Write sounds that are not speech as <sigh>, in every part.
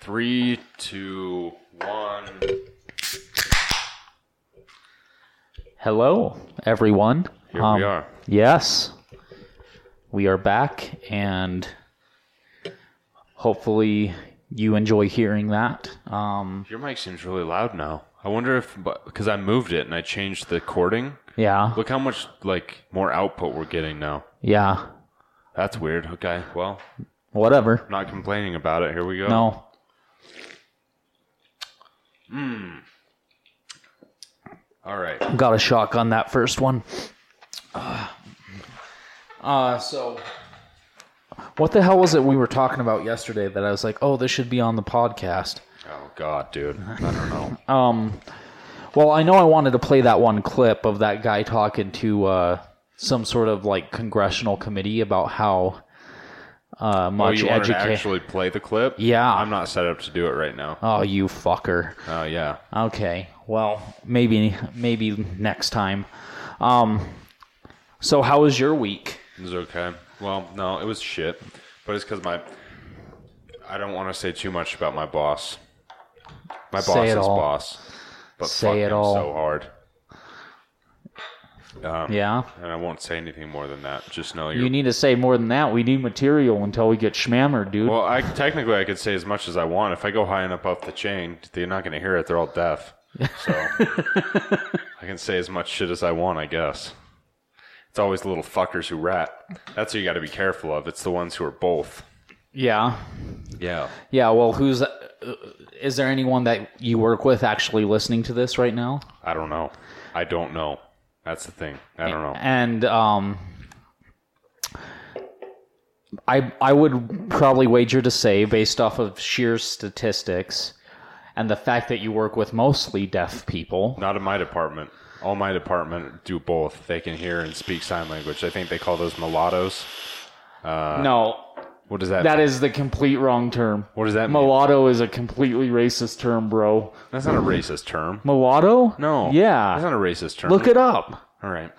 Three, two, one. Hello, everyone. Here Um, we are. Yes, we are back, and hopefully you enjoy hearing that. Um, Your mic seems really loud now. I wonder if because I moved it and I changed the cording. yeah, Look how much like more output we're getting now. yeah, That's weird. Okay, well, whatever. not complaining about it. Here we go. No, All right. got a shock on that first one. <sighs> Uh, so, what the hell was it we were talking about yesterday that I was like, oh, this should be on the podcast? Oh God, dude. I don't <laughs> know. Um, well, I know I wanted to play that one clip of that guy talking to uh, some sort of like congressional committee about how uh, oh, much you wanted to education. actually play the clip? Yeah. I'm not set up to do it right now. Oh, you fucker. Oh yeah. Okay. Well, maybe maybe next time. Um, so how was your week? It was okay. Well, no, it was shit. But it's because my. I don't want to say too much about my boss. My Say boss it is all. boss. But Say fuck it him all. so hard. Um, Yeah. And I won't say anything more than that. Just know you're. You need to say more than that. We need material until we get shmammered, dude. well, I technically I could say as much as I want. If I go high enough up the chain, they're not going to hear it. They're all deaf. <laughs> So I can say as much shit as I want, I guess. It's always the little fuckers who rat. That's who you got to be careful of. It's the ones who are both. yeah. Yeah. Yeah. Well, who's? Uh, is there anyone that you work with actually listening to this right now? I don't know. I don't know. That's the thing. I don't know. and um, I I would probably wager to say, based off of sheer statistics, and the fact that you work with mostly deaf people. Not in my department. All my department do both. They can hear and speak sign language. I think they call those mulattoes. no, What does that? that is the complete wrong term. What does that mean? Mulatto is a completely racist term, bro. That's not a racist term. Mulatto? No. That's Yeah. not a racist term. Look it up. All right.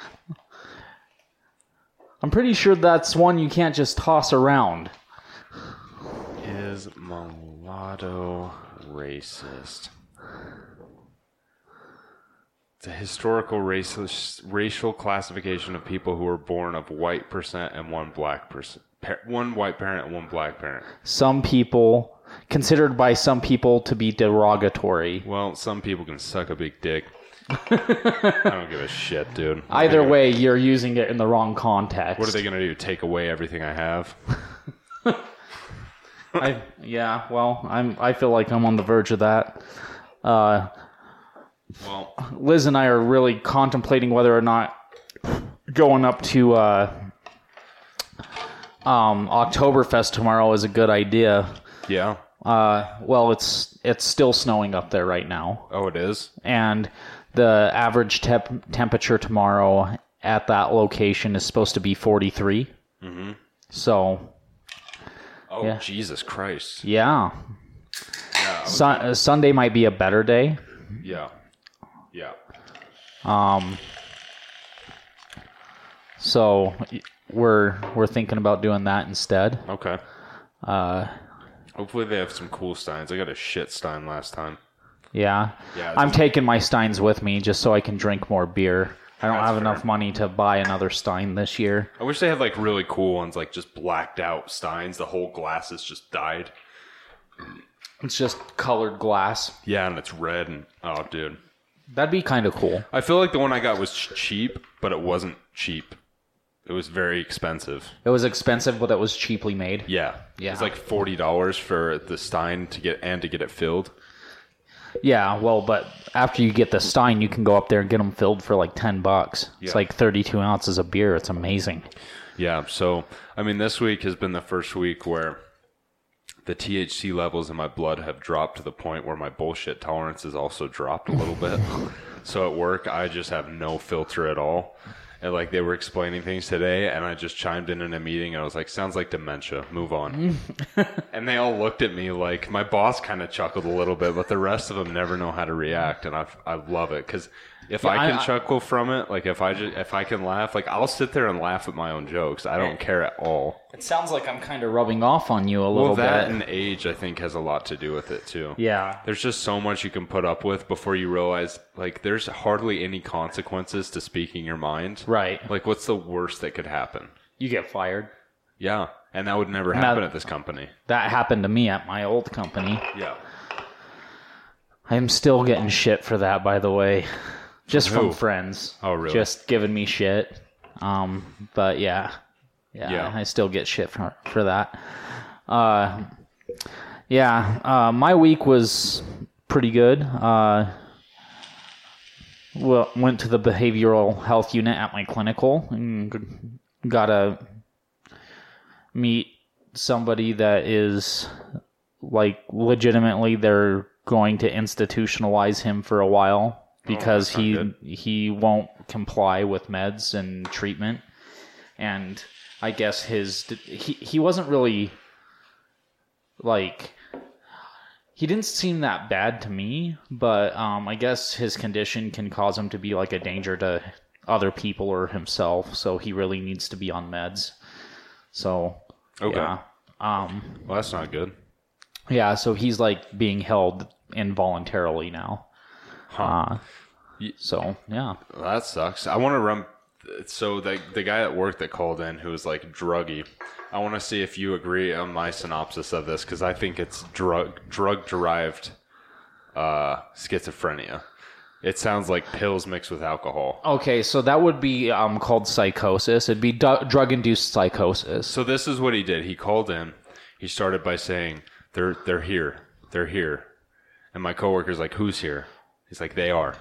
I'm pretty sure that's one you can't just toss around. Is mulatto racist? It's a historical racist, racial classification of people who were born of white percent and one black percent, par- one white parent and one black parent. Some people considered by some people to be derogatory. Well, some people can suck a big dick. I don't give a shit, dude. Either What are they way, you're using it in the wrong gonna- context. what are they gonna do? Take away everything I have? I, yeah, well, I'm. I feel like I'm on the verge of that. Uh, Well, Liz and I are really contemplating whether or not going up to uh, um, Oktoberfest tomorrow is a good idea. yeah. Uh, well, it's it's still snowing up there right now, Oh, it is. and the average tep- temperature tomorrow at that location is supposed to be 43. Mm-hmm. So Oh, Yeah. Jesus Christ. yeah, Yeah. I- Sun- uh, Sunday might be a better day. Yeah. Yeah. Um, so we're we're thinking about doing that instead. Okay. Uh, Hopefully they have some cool steins. I got a shit stein last time. yeah. Yeah, I'm that's- taking my steins with me just so I can drink more beer. I don't That's have fair. enough money to buy another stein this year. I wish they had like really cool ones, like just blacked out steins. The whole glass is just dyed. It's just colored glass. Yeah, and it's red and oh, dude. That'd be kind of cool. I feel like the one I got was ch- cheap, but it wasn't cheap. It was very expensive. It was expensive, but it was cheaply made. Yeah. Yeah. It's like forty dollars for the stein to get and to get it filled. Yeah, well, but after you get the stein, you can go up there and get them filled for like 10 bucks. Yeah. It's like 32 ounces of beer. It's amazing. Yeah. So I mean this week has been the first week where the THC levels in my blood have dropped to the point where my bullshit tolerance has also dropped a little <laughs> bit. so at work I just have no filter at all. And like they were explaining things today and I just chimed in in a meeting and I was like, sounds like dementia. Move <laughs> on. and they all looked at me like my boss kind of chuckled a little bit, but the rest of them never know how to react, and I I love it because If Yeah, I I- can I- chuckle from it, like if I just, if I can laugh, like I'll sit there and laugh at my own jokes. I Eh. don't care at all. It sounds like I'm kind of rubbing off on you a little Well, that bit. and age, I think, has a lot to do with it too. yeah. There's just so much you can put up with before you realize, like, there's hardly any consequences to speaking your mind. Right. Like, what's the worst that could happen? You get fired. Yeah, and that would never that- happen at this company. That happened to me at my old company. Yeah. I'm still getting shit for that, by the way. Just From from who? friends. Oh, really? Just giving me shit. Um, but yeah. yeah, Yeah. I still get shit for for that. Uh, yeah, uh, my week was pretty good. Uh, well, went to the behavioral health unit at my clinical and got to meet somebody that is like legitimately they're going to institutionalize him for a while because he he won't comply with meds and treatment and I guess his he he wasn't really like he didn't seem that bad to me, but um, I guess his condition can cause him to be like a danger to other people or himself, so he really needs to be on meds. So Okay. yeah, um, Well, that's not good. yeah, so he's like being held involuntarily now. Uh, Ye- so yeah, Well, that sucks. I want to run. So the the guy at work that called in who was like druggy. I want to see if you agree on my synopsis of this because I think it's drug drug derived uh, schizophrenia. It sounds like pills mixed with alcohol. okay, so that would be um, called psychosis. It'd be du- drug induced psychosis. So this is what he did. He called in. He started by saying, "They're they're here. They're here." And my coworker's like, "Who's here?" He's like, "They are."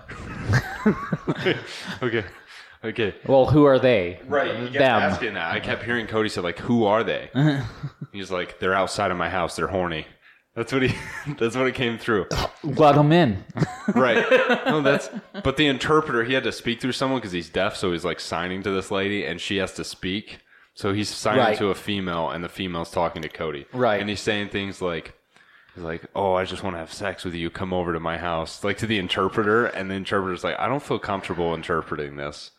<laughs> okay. Okay. Well, who are they? Right, you kept Them. asking that. I kept hearing Cody say like, "Who are they?" He's like, "They're outside of my house. They're horny." That's what he. <laughs> That's what it came through. Let them in. <laughs> Right. No, that's. But the interpreter, he had to speak through someone because he's deaf, so he's like signing to this lady, and she has to speak. So he's signing Right. to a female, and the female's talking to Cody. Right. And he's saying things like. He's like, oh, I just want to have sex with you. Come over to my house. Like to the interpreter, and the interpreter's like, I don't feel comfortable interpreting <laughs> this.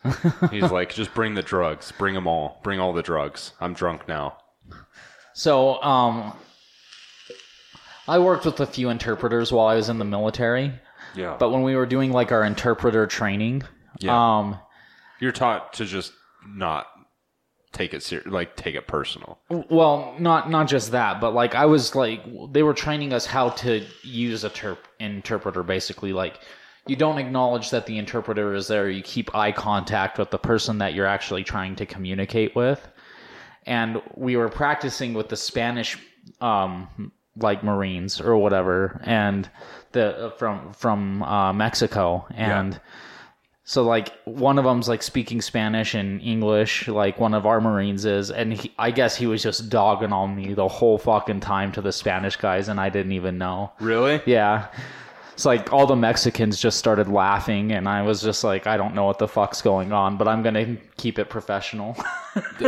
He's like, just bring the drugs. Bring them all. Bring all the drugs. I'm drunk now. So, um, I worked with a few interpreters while I was in the military, Yeah. but when we were doing like our interpreter training, Yeah. um, you're taught to just not take it ser- like take it personal. well, not not just that, but like I was like they were training us how to use a terp- interpreter basically like you don't acknowledge that the interpreter is there. You keep eye contact with the person that you're actually trying to communicate with. and we were practicing with the Spanish, um, like Marines or whatever, and the from from uh, Mexico, and so like one of them's like speaking Spanish and English, like one of our Marines is, and he, I guess he was just dogging on me the whole fucking time to the Spanish guys, and I didn't even know. Really? Yeah. It's like all the Mexicans just started laughing, and I was just like, I don't know what the fuck's going on, but I'm gonna keep it professional. <laughs>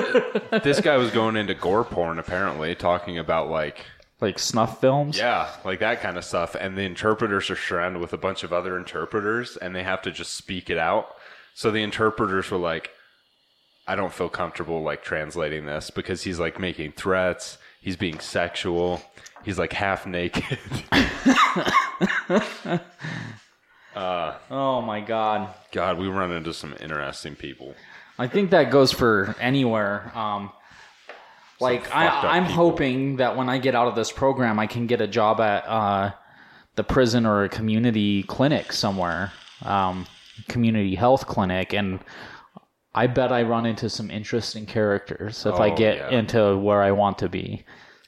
this guy was going into gore porn apparently, talking about like like snuff films. yeah, like that kind of stuff. And the interpreters are surrounded with a bunch of other interpreters, and they have to just speak it out. So the interpreters were like, "I don't feel comfortable like translating this because he's like making threats. He's being sexual. He's like half naked." <laughs> Oh my god. God, we run into some interesting people. I think that goes for anywhere. Um, like I, fucked up I'm people. hoping that when I get out of this program, I can get a job at uh, the prison or a community clinic somewhere, um, community health clinic, and I bet I run into some interesting characters if I Oh, get yeah. into where I want to be.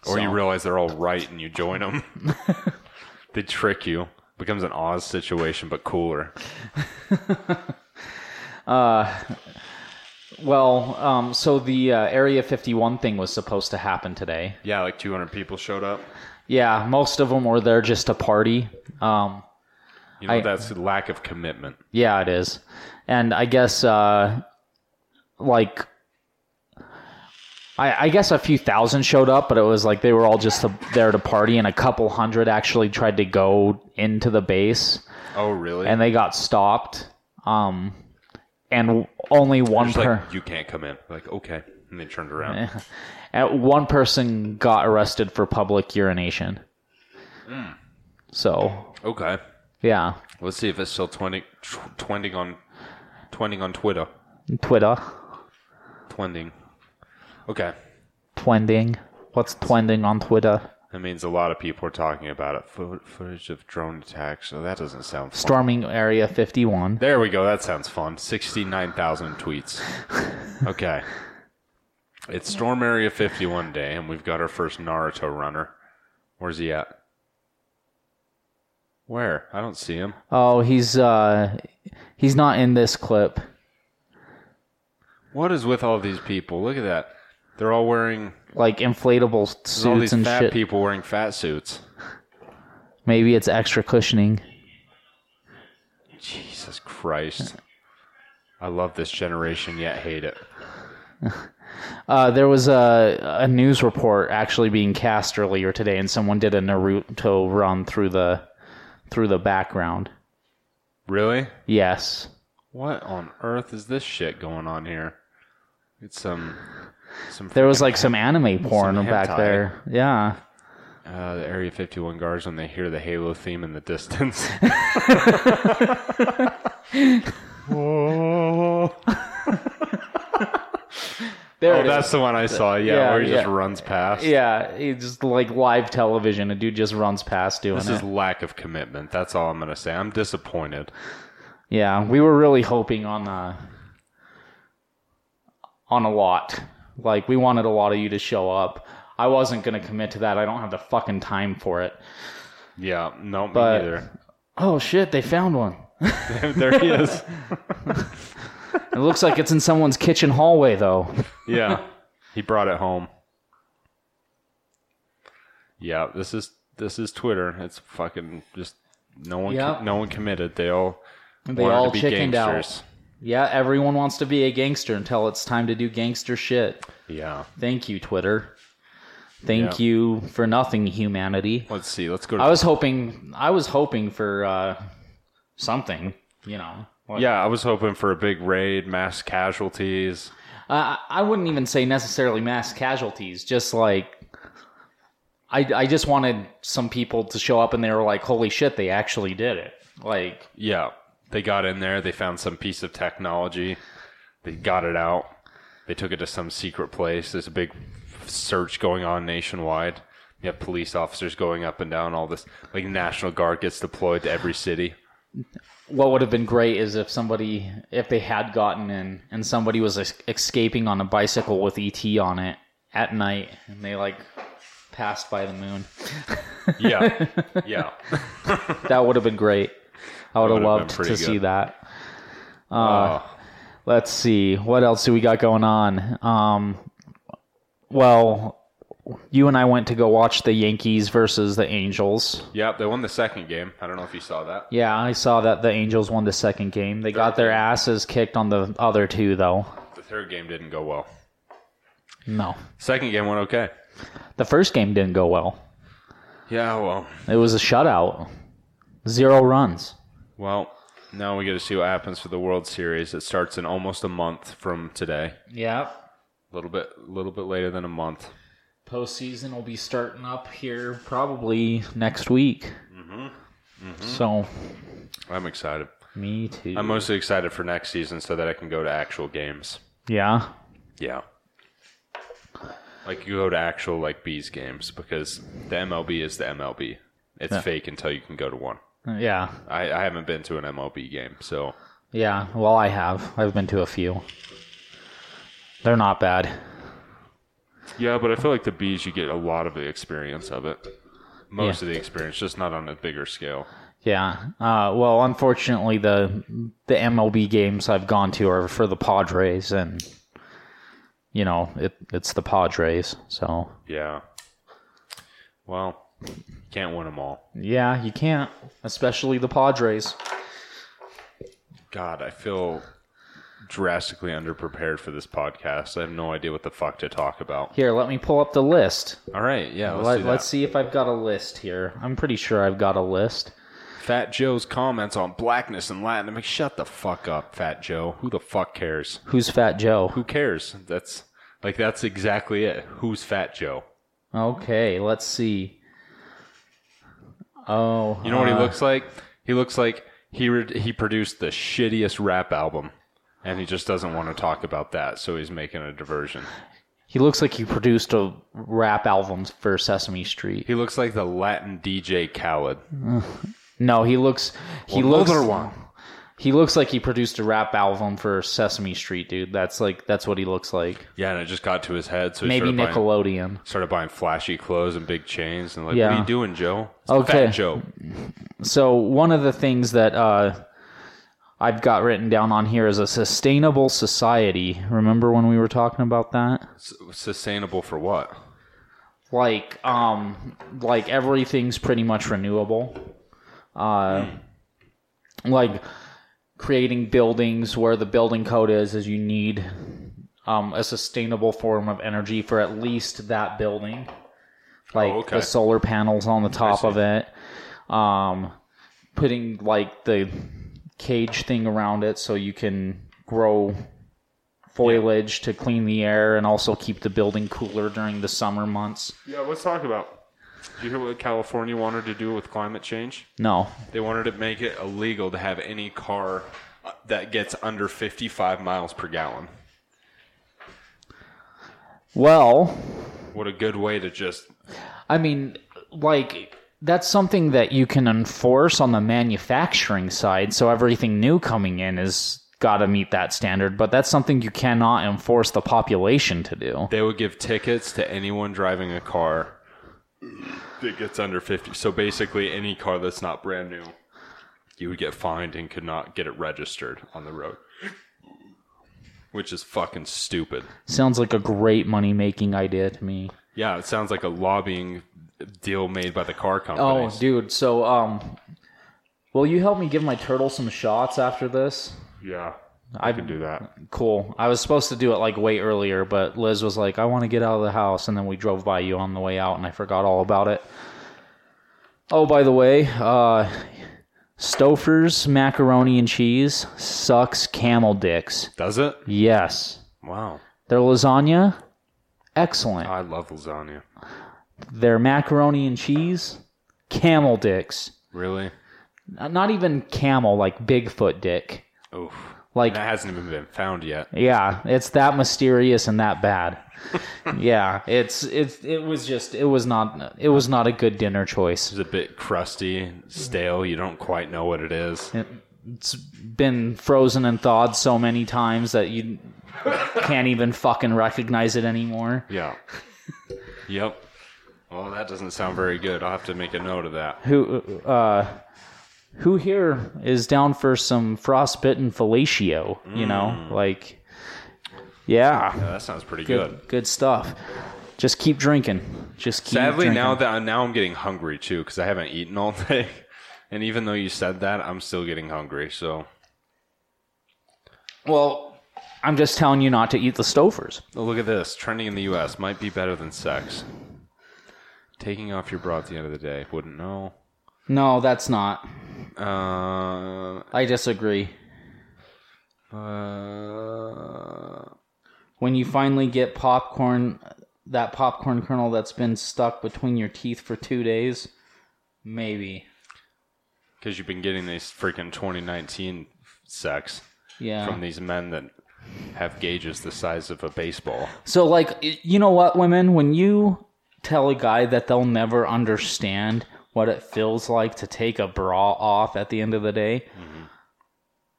Or you So- realize they're all right and you join them. they trick you. Becomes an Oz situation, but cooler. Well, um, so the uh, Area 51 thing was supposed to happen today. Yeah, like 200 people showed up. Yeah, most of them were there just to party. Um, You know, I- that's lack of commitment. Yeah, it is. And I guess uh like I, I guess a few thousand showed up, but it was like they were all just to, there to party, and a couple hundred actually tried to go into the base, Oh, really? and they got stopped. um, and only one Just per like, you can't come in. Like, okay. And they turned around. uh, one person got arrested for public urination. Hmm. So Okay. yeah, Let's see if it's still twending, tw- twending on, twending on Twitter. Twitter Twending. Okay. twending. What's twending on Twitter? That means a lot of people are talking about it. Fo- footage of drone attacks. So that doesn't sound fun. Storming Area 51. There we go. That sounds fun. 69,000 tweets. Okay. It's Storm Area 51 day, and we've got our first Naruto runner. Where's he at? Where? I don't see him. Oh, he's uh, he's not in this clip. What is with all these people? Look at that. They're all wearing Like inflatable there's all suits these and fat shit. people wearing fat suits. Maybe it's extra cushioning. Jesus Christ. I love this generation yet hate it. Uh, there was a a news report actually being cast earlier today, and someone did a Naruto run through the through the background. Really? Yes, What on earth is this shit going on here? It's um, some some there was like some anime porn Some back hentai. there. Yeah, Uh, the Area 51 guards when they hear the Halo theme in the <laughs> distance. Whoa. there Oh, it is. that's the one I saw. Yeah, Yeah, where he just yeah. runs past. Yeah, it's just like live television. A dude just runs past doing This it. is lack of commitment. That's all I'm going to say. I'm disappointed. Yeah, we were really hoping on uh, on a lot. Like we wanted a lot of you to show up. I wasn't gonna commit to that. I don't have the fucking time for it. Yeah, no, me But- neither. Oh shit, they found one. <laughs> there he is. It looks like it's in someone's kitchen hallway though. Yeah, he brought it home. Yeah, this is this is Twitter. It's fucking just no one. Yep. No one committed. They all They wanted all to be chickened out. gangsters. Yeah, everyone wants to be a gangster until it's time to do gangster shit. Yeah. Thank you, Twitter. Thank Yeah. you for nothing, humanity. Let's see. Let's go. To, I was hoping I was hoping for uh, something, you know. Like- yeah, I was hoping for a big raid, mass casualties. I I wouldn't even say necessarily mass casualties, just like I I just wanted some people to show up and they were like, "Holy shit, they actually did it!" Like, Yeah, they got in there. They found some piece of technology. They got it out. They took it to some secret place. There's a big search going on nationwide. You have police officers going up and down all this. Like National Guard gets deployed to every city. what would have been great is if somebody if they had gotten in and somebody was es- escaping on a bicycle with ET on it at night and they like passed by the moon. Yeah, yeah. That would have been great. I would would have been have loved to pretty see good. that. Uh, let's see what else do we got going on um well you and i went to go watch the yankees versus the angels yeah, they won the second game. I don't know if you saw that. yeah i saw that the angels won the second game they got their asses kicked on the other two though The third game didn't go well. no Second game went okay. the first game didn't go well Yeah, well, it was a shutout zero runs well. Now we get to see what happens for the World Series. It starts in almost a month from today. yeah A little bit, a little bit later than a month. postseason will be starting up here probably next week so I'm excited. me too I'm mostly excited for next season so that I can go to actual games. yeah Yeah. Like you go to actual like bees games because the MLB is the MLB. It's fake until you can go to one. yeah I, I haven't been to an MLB game, so Yeah, well, I have. I've been to a few. They're not bad. yeah. But I feel like the bees, you get a lot of the experience of it. Most of the experience, just not on a bigger scale. Yeah. Uh, well, unfortunately, the the MLB games I've gone to are for the Padres, and you know it it's the Padres. So Yeah. Well, can't win them all. yeah, you can't, especially the Padres. God, I feel drastically underprepared for this podcast. I have no idea what the fuck to talk about. Here, let me pull up the list. All right, yeah, let's Let, do let's that. see if I've got a list here. I'm pretty sure I've got a list. I Fat Joe's comments on blackness and Latin. I'm like, shut the fuck up, Fat Joe. Who the fuck cares? Who's Fat Joe? Who cares? That's like that's exactly it. Who's Fat Joe? Okay, let's see. Oh, You know what he uh, looks like? He looks like he re- he produced the shittiest rap album, and he just doesn't want to talk about that, so he's making a diversion. He looks like he produced a rap album for Sesame Street. He looks like the Latin DJ Khaled. No, he looks. He looks. Another one. He looks like he produced a rap album for Sesame Street, dude. That's like that's what he looks like. Yeah, and it just got to his head, so he Maybe started buying- Nickelodeon. started buying flashy clothes and big chains and like, Yeah. what are you doing, Joe? It's Okay. Fat Joe. So one of the things that uh, I've got written down on here is a sustainable society. Remember when we were talking about that? S- sustainable for what? Like, um, like everything's pretty much renewable. Uh, like creating buildings where the building code is is you need um, a sustainable form of energy for at least that building. Like okay. the solar panels on the top of it. Um, putting like the cage thing around it so you can grow foliage to clean the air and also keep the building cooler during the summer months. Yeah, let's talk about. Did you hear what California wanted to do with climate change? No. They wanted to make it illegal to have any car uh, that gets under 55 miles per gallon. Well, What a good way to just I mean, like that's something that you can enforce on the manufacturing side. So everything new coming in is got to meet that standard, but that's something you cannot enforce the population to do. they would give tickets to anyone driving a car that gets under 50 so basically any car that's not brand new you would get fined and could not get it registered on the road which is fucking stupid Sounds like a great money making idea to me. yeah it sounds like a lobbying deal made by the car Oh, companies dude. So, um, will you help me give my turtle some shots after this? yeah I can do that Cool. I was supposed to do it like way earlier, but Liz was like, I want to get out of the house. And then we drove by you on the way out and I forgot all about it. Oh, by the way, uh, Stouffer's macaroni and cheese sucks camel dicks. does it Yes. wow Their lasagna, excellent. i love lasagna Their macaroni and cheese, camel dicks. really N- Not even camel, like Bigfoot dick. Oof. Like, that hasn't even been found yet Yeah, it's that mysterious and <laughs> that bad. yeah, it's it's it was just it was not it was not a good dinner choice. it's a bit crusty stale you don't quite know what it is It's been frozen and thawed so many times that you can't even fucking recognize it anymore. Yeah. yep. Well, that doesn't sound very good. I'll have to make a note of that. Who uh who here is down for some frostbitten fellatio, you Mm. know? Like yeah. Yeah, that sounds pretty good. Good good stuff. Just keep drinking. Just keep Sadly, drinking. now that I'm, now I'm getting hungry too because I haven't eaten all <laughs> day, and even though you said that, I'm still getting hungry. So Well, I'm just telling you not to eat the Stofers. Oh, look at this trending in the U.S. might be better than sex. Taking off your bra at the end of the day wouldn't know. No, that's not. Uh, I disagree. uh, When you finally get popcorn, that popcorn kernel that's been stuck between your teeth for two days, maybe. because you've been getting these freaking 2019 sex Yeah. from these men that have gauges the size of a baseball. so, like, y- you know what, women? When you tell a guy that they'll never understand what it feels like to take a bra off at the end of the day,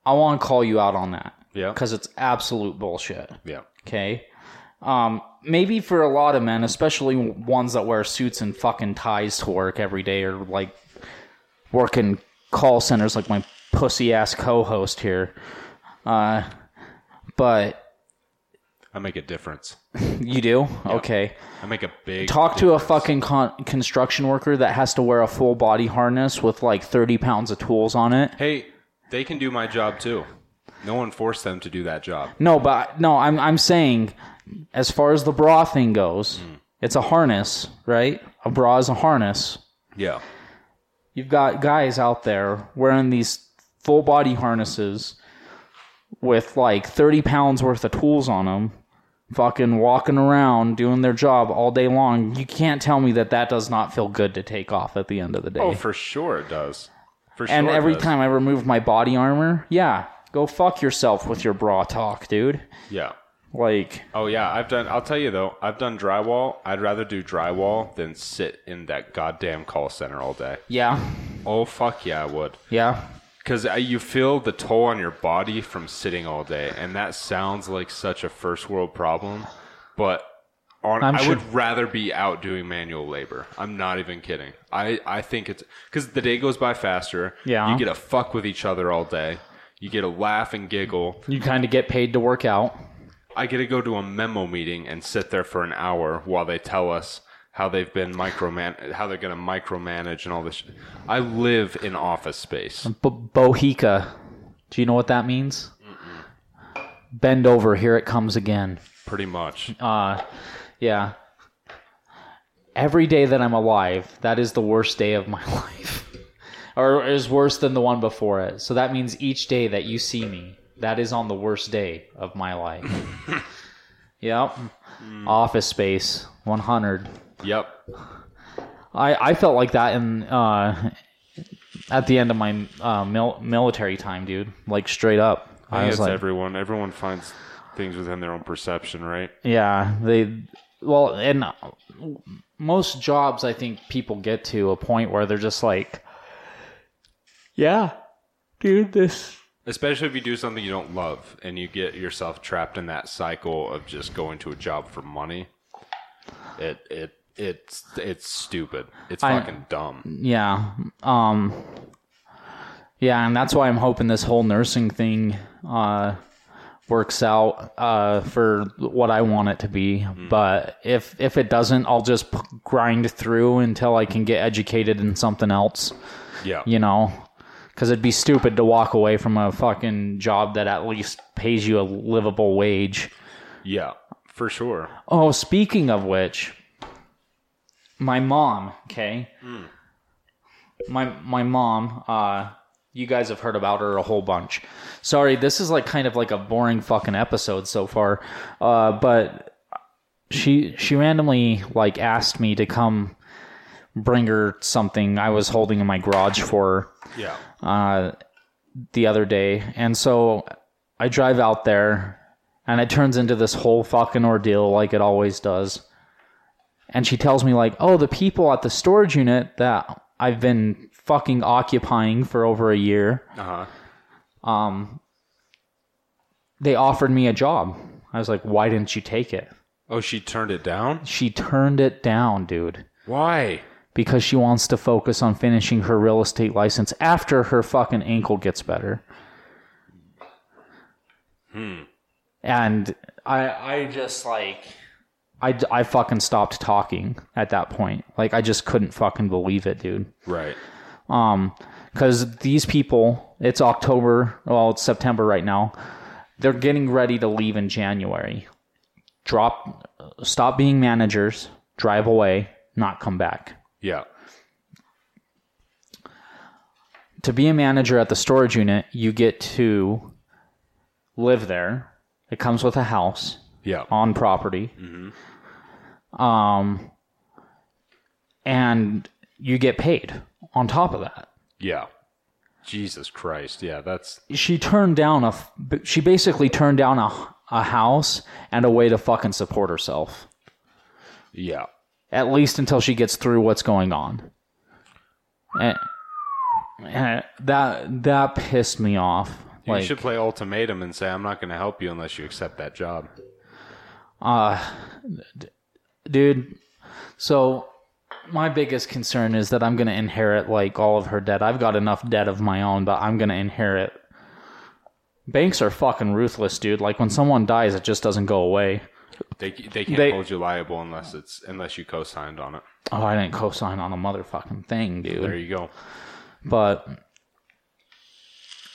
I want to call you out on that Yeah. because it's absolute bullshit. Yeah. Okay. Um, maybe for a lot of men, especially ones that wear suits and fucking ties to work every day or like work in call centers like my pussy ass co host here. Uh, but I make a difference. you do? Okay. I make a big Talk to a fucking con- construction worker that has to wear a full body harness with like 30 pounds of tools on it. Hey, they can do my job too. No one forced them to do that job. No, but no, I'm, I'm saying as far as the bra thing goes, it's a harness, right? A bra is a harness. Yeah. you've got guys out there wearing these full body harnesses with like 30 pounds worth of tools on them fucking walking around doing their job all day long you can't tell me that that does not feel good to take off at the end of the day Oh, for sure it does. For sure. and it every does. time i remove my body armor yeah go fuck yourself with your bra talk dude Yeah. like Oh yeah, I've done. I'll tell you though, I've done drywall. I'd rather do drywall than sit in that goddamn call center all day. yeah Oh fuck yeah, I would. yeah Because you feel the toll on your body from sitting all day, and that sounds like such a first world problem, but on, I'm I sure- would rather be out doing manual labor. I'm not even kidding. I, I think it's because the day goes by faster. Yeah. You get to fuck with each other all day. You get to laugh and giggle. you kind of get paid to work out I get to go to a memo meeting and sit there for an hour while they tell us how they've been microman, how they're going to micromanage and all this. Shit. I live in office space. But bohica. Do you know what that means? Bend over, here it comes again. Pretty much. Uh yeah. Every day that I'm alive, that is the worst day of my <laughs> life. or is worse than the one before it. So that means each day that you see me, that is on the worst day of my life. yep. Office space 100. Yep. I, I felt like that in uh, at the end of my uh, mil- military time, dude. Like straight up, I, I think was it's like, everyone. Everyone finds things within their own perception, right? yeah, they well, and uh, most jobs I think people get to a point where they're just like, yeah, dude, this Especially if you do something you don't love and you get yourself trapped in that cycle of just going to a job for money. It it it's it's stupid. It's I- fucking dumb. yeah, um, yeah, and that's why I'm hoping this whole nursing thing uh, works out uh, for what I want it to be. But if if it doesn't, I'll just p- grind through until I can get educated in something else. Yeah. You know, because it'd be stupid to walk away from a fucking job that at least pays you a livable wage. Yeah. For sure. Oh, speaking of which, my mom, okay? My my mom, uh you guys have heard about her a whole bunch. Sorry, this is like kind of like a boring fucking episode so far. Uh but she she randomly like asked me to come bring her something I was holding in my garage for her Yeah. uh, the other day, and so I drive out there, and it turns into this whole fucking ordeal, like it always does. And she tells me like, "Oh, the people at the storage unit that I've been fucking occupying for over a year, Uh huh. they offered me a job." I was like, "Why didn't you take it?" Oh, she turned it down. She turned it down, dude. Why? Because she wants to focus on finishing her real estate license after her fucking ankle gets better. Hmm. And I, I just like, I, I fucking stopped talking at that point. Like, I just couldn't fucking believe it, dude. Right. Um, because these people, it's October, well, it's September right now. They're getting ready to leave in January. Drop, stop being managers, drive away, not come back. Yeah. to be a manager at the storage unit, you get to live there. It comes with a house Yeah. on property. Um, and you get paid on top of that. Yeah. Jesus Christ. Yeah. That's She turned down a, f- she basically turned down a, a house and a way to fucking support herself, yeah. at least until she gets through what's going on. And, and that, that pissed me off. Like, you should play ultimatum and say, "I'm not going to help you unless you accept that job." dude. So my biggest concern is that I'm going to inherit like all of her debt. I've got enough debt of my own, but I'm going to inherit. Banks are fucking ruthless, dude. Like when someone dies, it just doesn't go away. They they can't They- hold you liable unless it's unless you co-signed on it. Oh, I didn't co-sign on a motherfucking thing, There dude. you go. But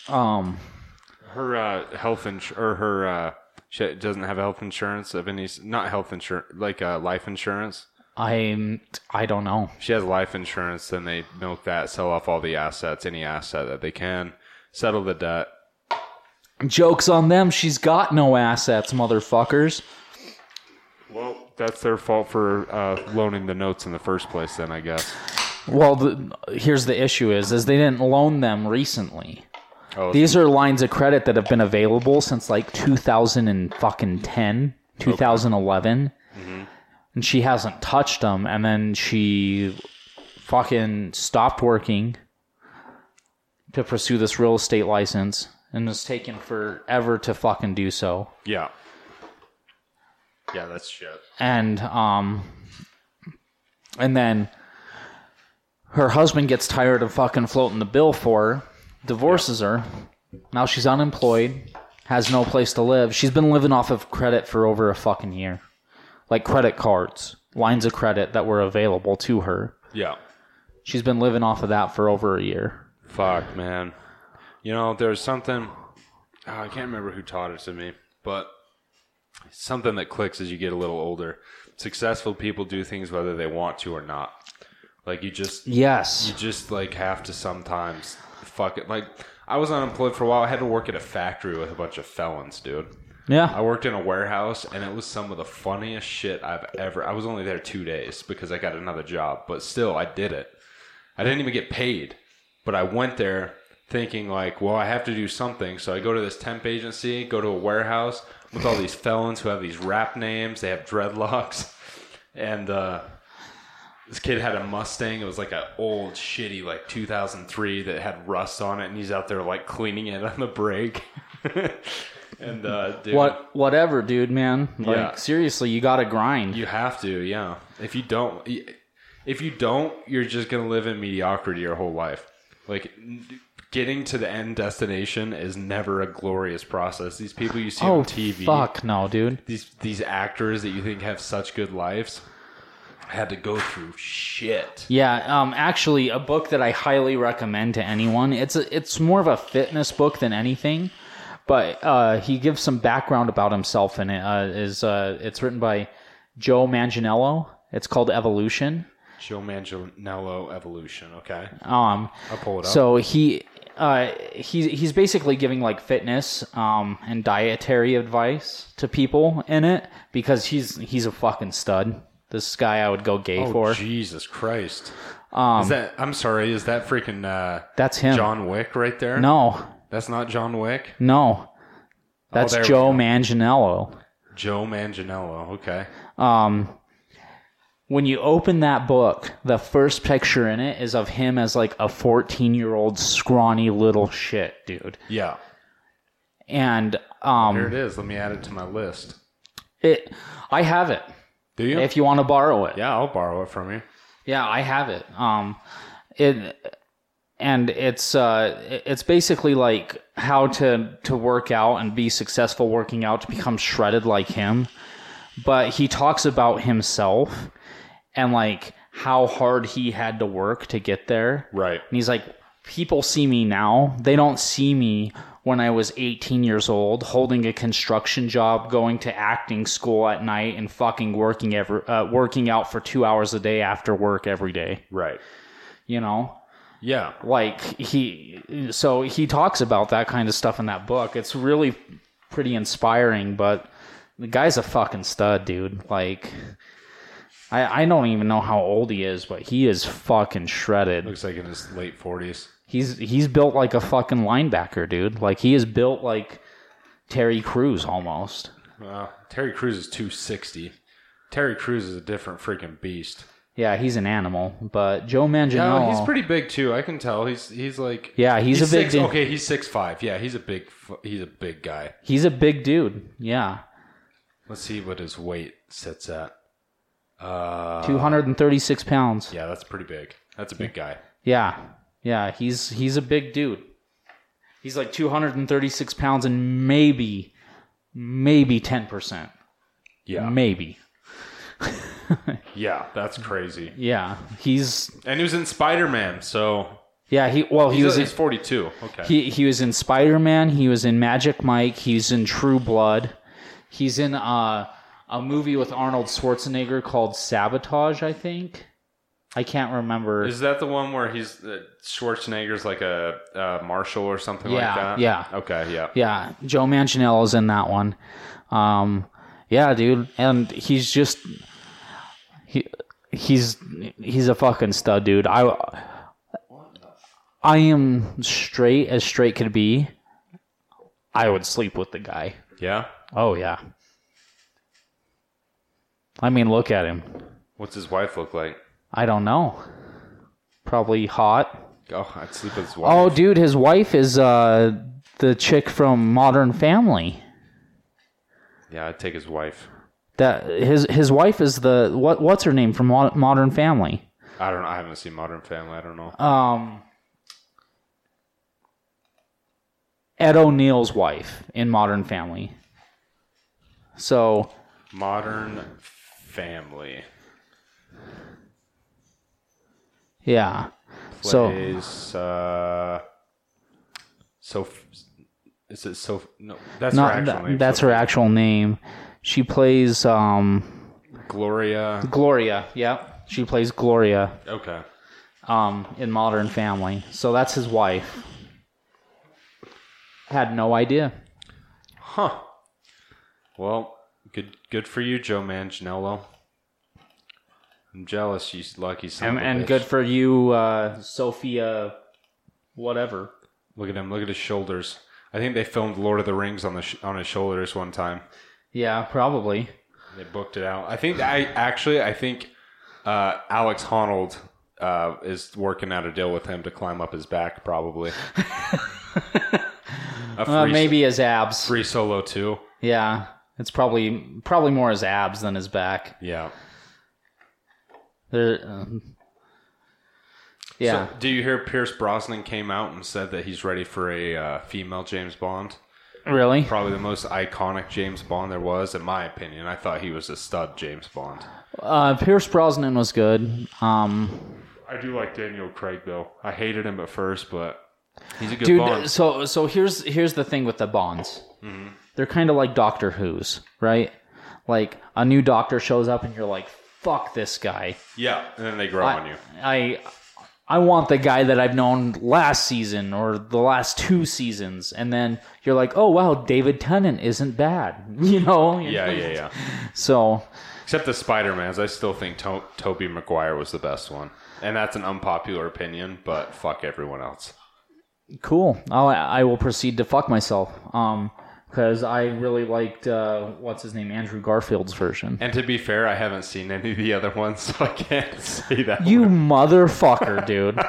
um, Her uh, health ins- or her uh, she doesn't have health insurance of any s- not health insurance like uh, life insurance. I'm I don't know. She has life insurance. Then they milk that, sell off all the assets, any asset that they can, settle the debt. Jokes on them. She's got no assets, motherfuckers. Well, that's their fault for uh, loaning the notes in the first place. Then I guess. Well, the, here's the issue: is is they didn't loan them recently. Oh, These are lines of credit that have been available since like 2000 and fucking 10, 2011. Mm-hmm. And she hasn't touched them. And then she fucking stopped working to pursue this real estate license and it's taken forever to fucking do so. yeah, yeah, that's shit. and um and then her husband gets tired of fucking floating the bill for her divorces her now she's unemployed has no place to live she's been living off of credit for over a fucking year like credit cards lines of credit that were available to her Yeah. she's been living off of that for over a year Fuck, man. You know, there was something. oh, I can't remember who taught it to me, but something that clicks as you get a little older. Successful people do things whether they want to or not. Like you just, you yes just like have to sometimes fuck it. Like I was unemployed for a while. I had to work at a factory with a bunch of felons, dude. I yeah worked in a warehouse and it was some of the funniest shit I've ever. I was only there two days because I got another job, but still, I did it. I didn't even get paid, but I went there thinking, like, well, I have to do something. So I go to this temp agency, go to a warehouse with all these felons who have these rap names, they have dreadlocks, <laughs> and, uh, this kid had a Mustang. It was like an old, shitty, like 2003 that had rust on it, and he's out there like cleaning it <laughs> on the brake. and uh, dude, what whatever dude man like Yeah. seriously you gotta grind You have to, yeah. If you don't, if you don't, you're just gonna live in mediocrity your whole life. Like n- getting to the end destination is never a glorious process. These people you see oh on TV, fuck no dude these these actors that you think have such good lives, had to go through shit. Yeah, um, actually, a book that I highly recommend to anyone. It's a, it's more of a fitness book than anything, but uh, he gives some background about himself, and it uh, is uh, it's written by Joe Manganiello. It's called Evolution. Joe Manganiello evolution. Okay, Um, I'll pull it up. so he uh, he he's basically giving like fitness um, and dietary advice to people in it because he's he's a fucking stud. This guy I would go gay oh, for. Jesus Christ. Um, is that I'm sorry? Is that freaking uh, That's him. John Wick right there? No, that's not John Wick. no. That's Oh, there we Joe go. Manganiello. Joe Manganiello. Okay. Um, when you open that book, the first picture in it is of him as like a 14 year old scrawny little shit dude. Yeah. And Here um, it is. Let me add it to my list. it, I have it Do you? if you want to borrow it. yeah, I'll borrow it from you. Yeah, I have it. Um, it and it's uh, it's basically like how to to work out and be successful working out to become shredded like him. But he talks about himself and like how hard he had to work to get there. Right. And he's like, people see me now. They don't see me when I was 18 years old, holding a construction job, going to acting school at night, and fucking working every, uh, working out for two hours a day after work every day. Right. You know, Yeah. like he. So he talks about that kind of stuff in that book. It's really pretty inspiring, but the guy's a fucking stud, dude. Like. I, I don't even know how old he is, but he is fucking shredded. Looks like in his late forties. He's he's built like a fucking linebacker, dude. Like he is built like Terry Crews almost. Uh, Terry Crews is two sixty. Terry Crews is a different freaking beast. Yeah, he's an animal. But Joe No, Manganiello, he's pretty big too. I can tell. He's he's like Yeah, he's a big six, dude. okay. He's six five. Yeah, he's a big fu- he's a big guy. he's a big dude. Yeah, Let's see what his weight sits at. Uh, two hundred and thirty six pounds. yeah, that's pretty big. That's a big guy. Yeah, yeah, he's he's a big dude. He's like two hundred and thirty six pounds and maybe maybe ten percent. Yeah, Maybe. yeah, that's crazy. Yeah, he's And he was in Spider Man, so yeah he well he he's, was he's forty two. Okay, He he was in Spider Man. He was in Magic Mike. He's in True Blood. He's in uh a movie with Arnold Schwarzenegger called Sabotage, I think. I can't remember. Is that the one where he's uh, Schwarzenegger's like a, uh marshal or something Yeah, like that? yeah. Okay. Yeah. yeah, Joe Manganiello's in that one. Um, yeah, dude, and he's just he he's he's a fucking stud, dude. I I am straight as straight could be. I would sleep with the guy. Yeah. Oh yeah. I mean, look at him. What's his wife look like? I don't know. Probably hot. Oh, I'd sleep with his wife. Oh, dude, his wife is uh, the chick from Modern Family. Yeah, I'd take his wife. That his his wife is the what what's her name from Mo- Modern Family? I don't know. I haven't seen Modern Family. I don't know. Um, Ed O'Neill's wife in Modern Family. So Modern Family yeah, so plays. Uh, Soph- is it Soph? No, that's her not actual that, name. that's her actual name. She plays um, Gloria. Gloria. Yep, she plays Gloria. Okay. um, in Modern Family. So that's his wife. Had no idea. Huh. Well, good good for you, Joe Manganiello. I'm jealous. You lucky son. And, of a and bitch. good for you, uh, Sophia, whatever. Look at him. Look at his shoulders. I think they filmed Lord of the Rings on the sh- on his shoulders one time. Yeah, probably. They booked it out. I think I actually I think uh, Alex Honnold uh, is working out a deal with him to climb up his back <laughs> probably. a free, Uh, maybe his abs. free solo too. Yeah, it's probably probably more his abs than his back. Yeah. There. Um, yeah. So, do you hear Pierce Brosnan came out and said that he's ready for a uh, female James Bond? really? Probably the most iconic James Bond there was, in my opinion. I thought he was a stud James Bond. Uh, Pierce Brosnan was good. Um, I do like Daniel Craig though. I hated him at first, but he's a good dude. Bond. So so here's here's the thing with the Bonds. Mm-hmm. They're kind of like Doctor Who's, right? Like a new Doctor shows up, and you're like, "Fuck this guy." Yeah, and then they grow on you. I I want the guy that I've known last season or the last two seasons, and then you're like, "Oh wow, David Tennant isn't bad," <laughs> you know? Yeah, yeah, yeah. So Except the Spider Mans, I still think to- Toby Maguire was the best one, and that's an unpopular opinion. But fuck everyone else. cool. I'll, I will proceed to fuck myself. Um. Because I really liked uh, what's his name Andrew Garfield's version. And to be fair, I haven't seen any of the other ones, <laughs> so I can't say that. You motherfucker, dude.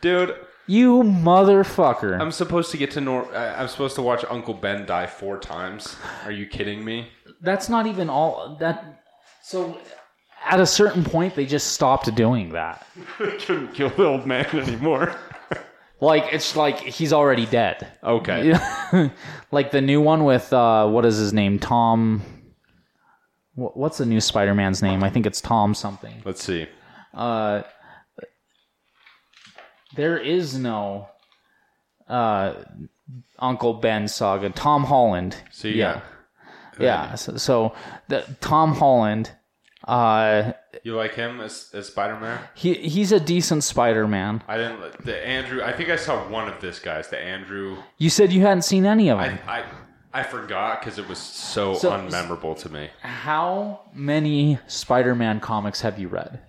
dude, You motherfucker. I'm supposed to get to Nor. I- I'm supposed to watch Uncle Ben die four times. Are you kidding me? That's not even all that so at a certain point they just stopped doing that. Couldn't kill the old man anymore. Like it's like he's already dead. <laughs> Okay. like the new one with uh what is his name? Tom Wh- What's the new Spider-Man's name? I think it's Tom something. Let's see. Uh, there is no uh, Uncle Ben saga. Tom Holland. So you yeah. yeah. So, so the, Tom Holland, uh, you like him as, as Spider Man? he he's a decent Spider-Man. I didn't. li- The Andrew. I think I saw one of this guy's. The Andrew. You said you hadn't seen any of I them. I, I forgot because it was so, So- unmemorable to me. How many Spider-Man comics have you read?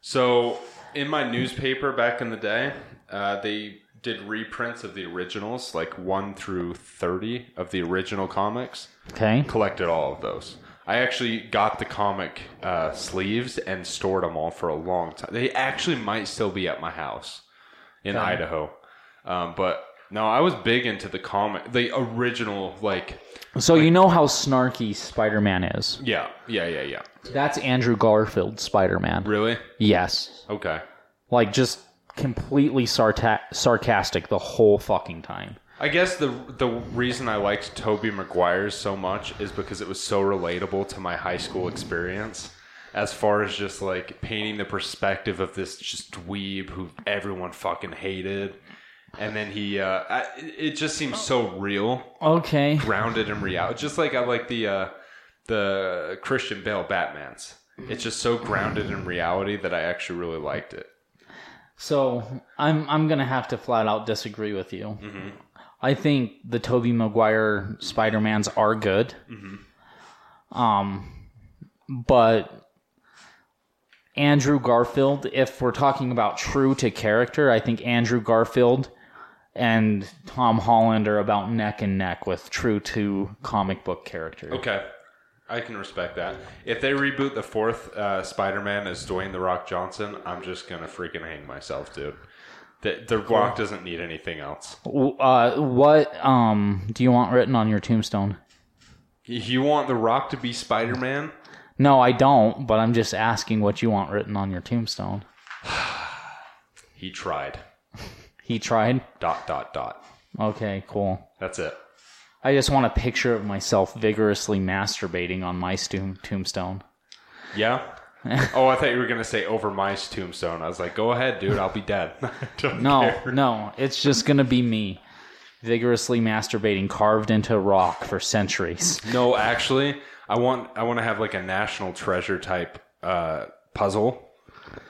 So in my newspaper back in the day, uh, they did reprints of the originals, like one through thirty of the original comics. Okay. Collected all of those. I actually got the comic uh, sleeves and stored them all for a long time. They actually might still be at my house in Idaho, um, but no, I was big into the comic, the original, like So you know how snarky Spider-Man is. yeah, yeah, yeah, yeah. That's Andrew Garfield Spider-Man. Really? Yes. Okay. Like just completely sarta- sarcastic the whole fucking time. I guess the the reason I liked Toby Maguire's so much is because it was so relatable to my high school experience as far as just like painting the perspective of this just dweeb who everyone fucking hated. And then he, uh, I, it just seems so real, Okay. grounded in reality. Just like I like the uh, the Christian Bale Batman's. It's just so grounded in reality that I actually really liked it. So I'm I'm gonna have to flat out disagree with you. I think the Toby Maguire Spider Mans are good, um, but Andrew Garfield. If we're talking about true to character, I think Andrew Garfield and Tom Holland are about neck and neck with true to comic book character. Okay. I can respect that. If they reboot the fourth uh, Spider-Man as Dwayne the Rock Johnson, I'm just gonna freaking hang myself, dude. The, the Rock doesn't need anything else. W- Uh, what um do you want written on your tombstone? You want the Rock to be Spider-Man? No, I don't, but I'm just asking what you want written on your tombstone. He tried. He tried. Dot dot dot. Okay, cool. That's it. I just want a picture of myself vigorously masturbating on my sto- tombstone. Yeah. oh, I thought you were gonna say over my tombstone. I was like, go ahead, dude. I'll be dead. <laughs> I don't No, care. no, it's just gonna be me vigorously masturbating carved into rock for <laughs> centuries. No, actually, I want I want to have like a national treasure type uh, puzzle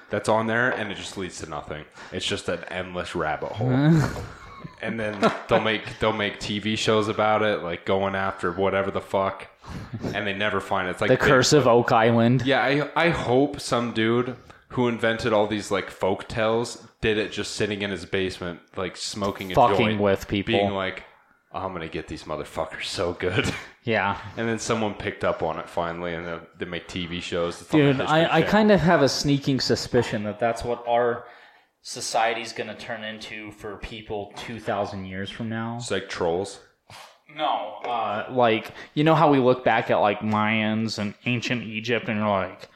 that's on there, and it just leads to nothing. It's just an endless rabbit <laughs> hole. and then they'll make they'll make TV shows about it, like going after whatever the fuck, and they never find it. It's like The they- Curse of Oak Island. Yeah, I I hope some dude who invented all these like folk tales did it just sitting in his basement, like smoking a Fucking joint, with people. being like, "Oh, "I'm gonna get these motherfuckers so good." <laughs> Yeah, And then someone picked up on it finally, and they- they make TV shows. It's on the dude, History I, I Channel. kind of have a sneaking suspicion that that's what our society's gonna turn into for people two thousand years from now. It's like trolls. No, uh, like you know how we look back at like Mayans and ancient Egypt, and you're like,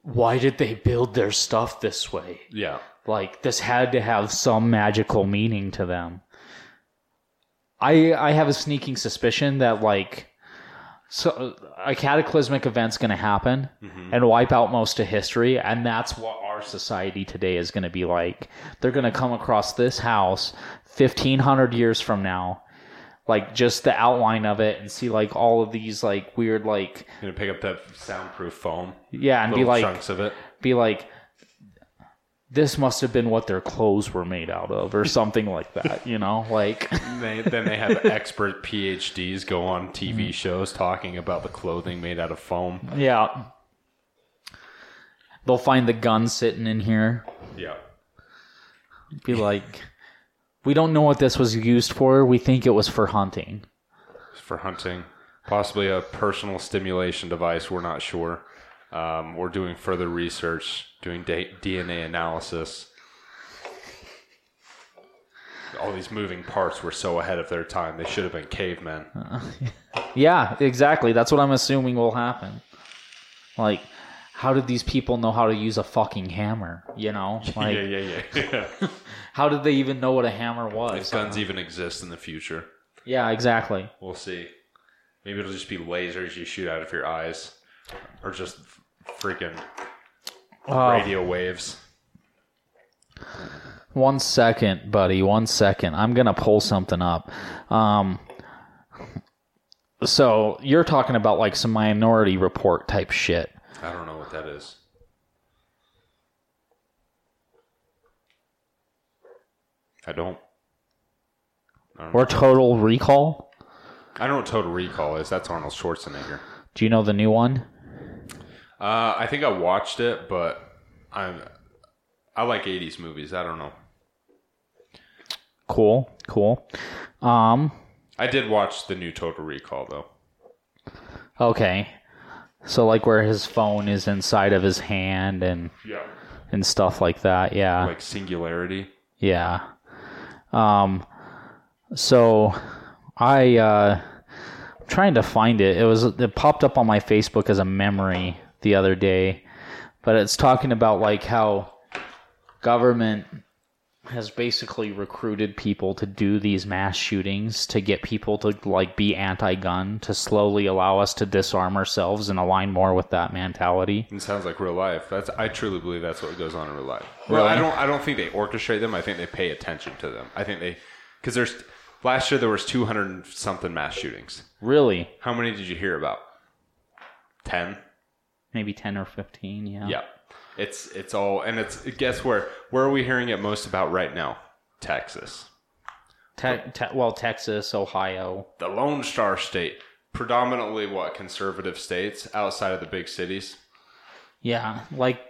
why did they build their stuff this way? Yeah. Like this had to have some magical meaning to them. I I have a sneaking suspicion that like so a cataclysmic event's going to happen Mm-hmm. and wipe out most of history and that's what our society today is going to be like. They're going to come across this house 1500 years from now like just the outline of it and see like all of these like weird like You know, pick up that soundproof foam, yeah and little be like chunks of it. be like this must have been what their clothes were made out of or something like that you know <laughs> like And They, then they <laughs> have expert PhDs go on Mm-hmm. TV shows talking about the clothing made out of foam. yeah they'll find the gun sitting in here Yeah. be like we don't know what this was used for we think it was for hunting for hunting, possibly a personal stimulation device. We're not sure. Um, we're doing further research, doing da- DNA analysis. All these moving parts were so ahead of their time. They should have been cavemen. yeah exactly that's what i'm assuming will happen like how did these people know how to use a fucking hammer you know like yeah, yeah, <laughs> yeah. how did they even know what a hammer if was guns even exist in the future, yeah exactly we'll see. Maybe it'll just be lasers you shoot out of your eyes, or just f- freaking Oh, radio waves. One second, buddy. One second. I'm gonna pull something up. Um, so you're talking about like some Minority Report type shit. I don't know what that is. I don't. Or Total Recall? I don't know what Total Recall is. That's Arnold Schwarzenegger. Do you know the new one? Uh, I think I watched it, but I'm. I like '80s movies. I don't know. Cool, cool. Um, I did watch the new Total Recall though. okay. So like where his phone is inside of his hand and Yeah. and stuff like that. Yeah. Like Singularity. Yeah. Um so I uh I'm trying to find it. It was it popped up on my Facebook as a memory the other day, but it's talking about like how government has basically recruited people to do these mass shootings to get people to like be anti-gun to slowly allow us to disarm ourselves and align more with that mentality. It sounds like real life. That's. I truly believe that's what goes on in real life. Well, I Really? don't. I don't think they orchestrate them. I think they pay attention to them. I think they, because there's last year there was 200 and something mass shootings. Really? How many did you hear about? ten. maybe 10 or 15 yeah Yeah. It's it's all and it's guess where where are we hearing it most about right now? Texas. Te- te- well texas ohio The Lone Star State. Predominantly what conservative states outside of the big cities. yeah like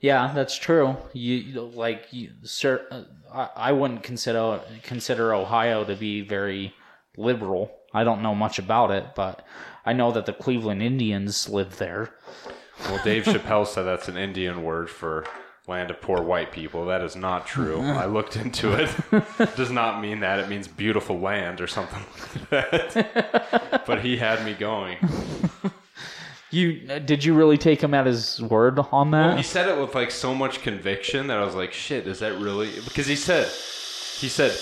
yeah that's true you you know, like you sir uh, I, I wouldn't consider consider ohio to be very liberal i don't know much about it but i know that the cleveland indians live there Well, Dave Chappelle said that's an Indian word for land of poor white people. That is not true. I looked into it. Does not mean that. It means beautiful land or something like that. but he had me going. you uh, did you really take him at his word on that He said it with like so much conviction that I was like, "Shit, is that really?" Because he said, he said,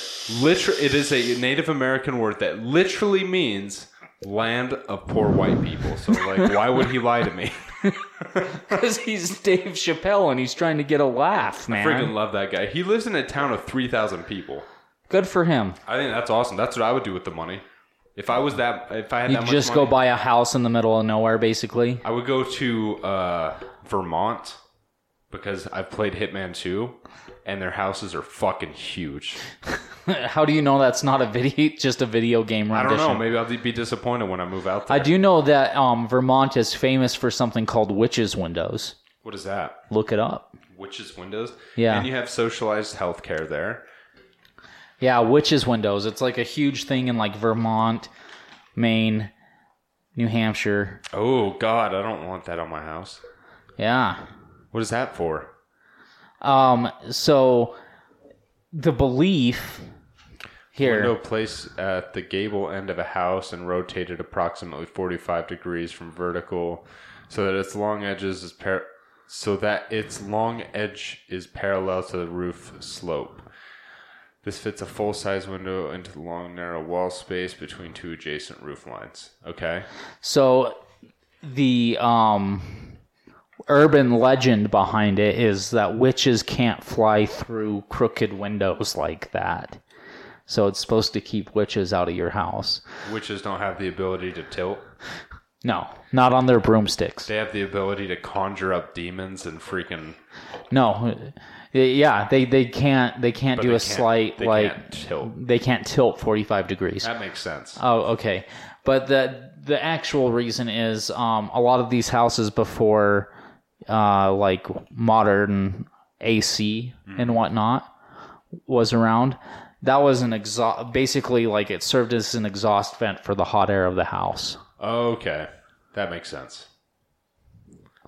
literally, it is a Native American word that literally means land of poor white people. So like, why would he lie to me? <laughs> <laughs> because he's dave chappelle and he's trying to get a laugh man Friggin' love that guy. He lives in a town of three thousand people. good for him I think that's awesome. That's what I would do with the money. If I was that, if I had you that just much go money, buy a house in the middle of nowhere basically <laughs> I would go to uh, Vermont because I've played Hitman 2 and their houses are fucking huge. How do you know that's not a video, just a video game I rendition? don't know. Maybe I'll be disappointed when I move out there. I do know that um, Vermont is famous for something called witches' windows. What is that? Look it up. Witches windows. Yeah. And you have socialized healthcare there. Yeah, witches' windows. It's like a huge thing in like Vermont, Maine, New Hampshire. Oh God, I don't want that on my house. Yeah. What is that for? Um. So the belief here. Window placed at the gable end of a house and rotated approximately 45 degrees from vertical, so that its long edges is par- so that its long edge is parallel to the roof slope. This fits a full size window into the long narrow wall space between two adjacent roof lines. Okay. So the um urban legend behind it is that witches can't fly through crooked windows like that. So it's supposed to keep witches out of your house. Witches don't have the ability to tilt. No, not on their broomsticks. They have the ability to conjure up demons and freaking No. Yeah, they they can't they can't do they a can't- slight they like can't Uh. tilt. they can't tilt 45 degrees. That makes sense. Oh, okay. But the the actual reason is um, a lot of these houses before uh, like modern AC Hmm. and whatnot was around. That was an exhaust. Basically, like it served as an exhaust vent for the hot air of the house. Okay, that makes sense.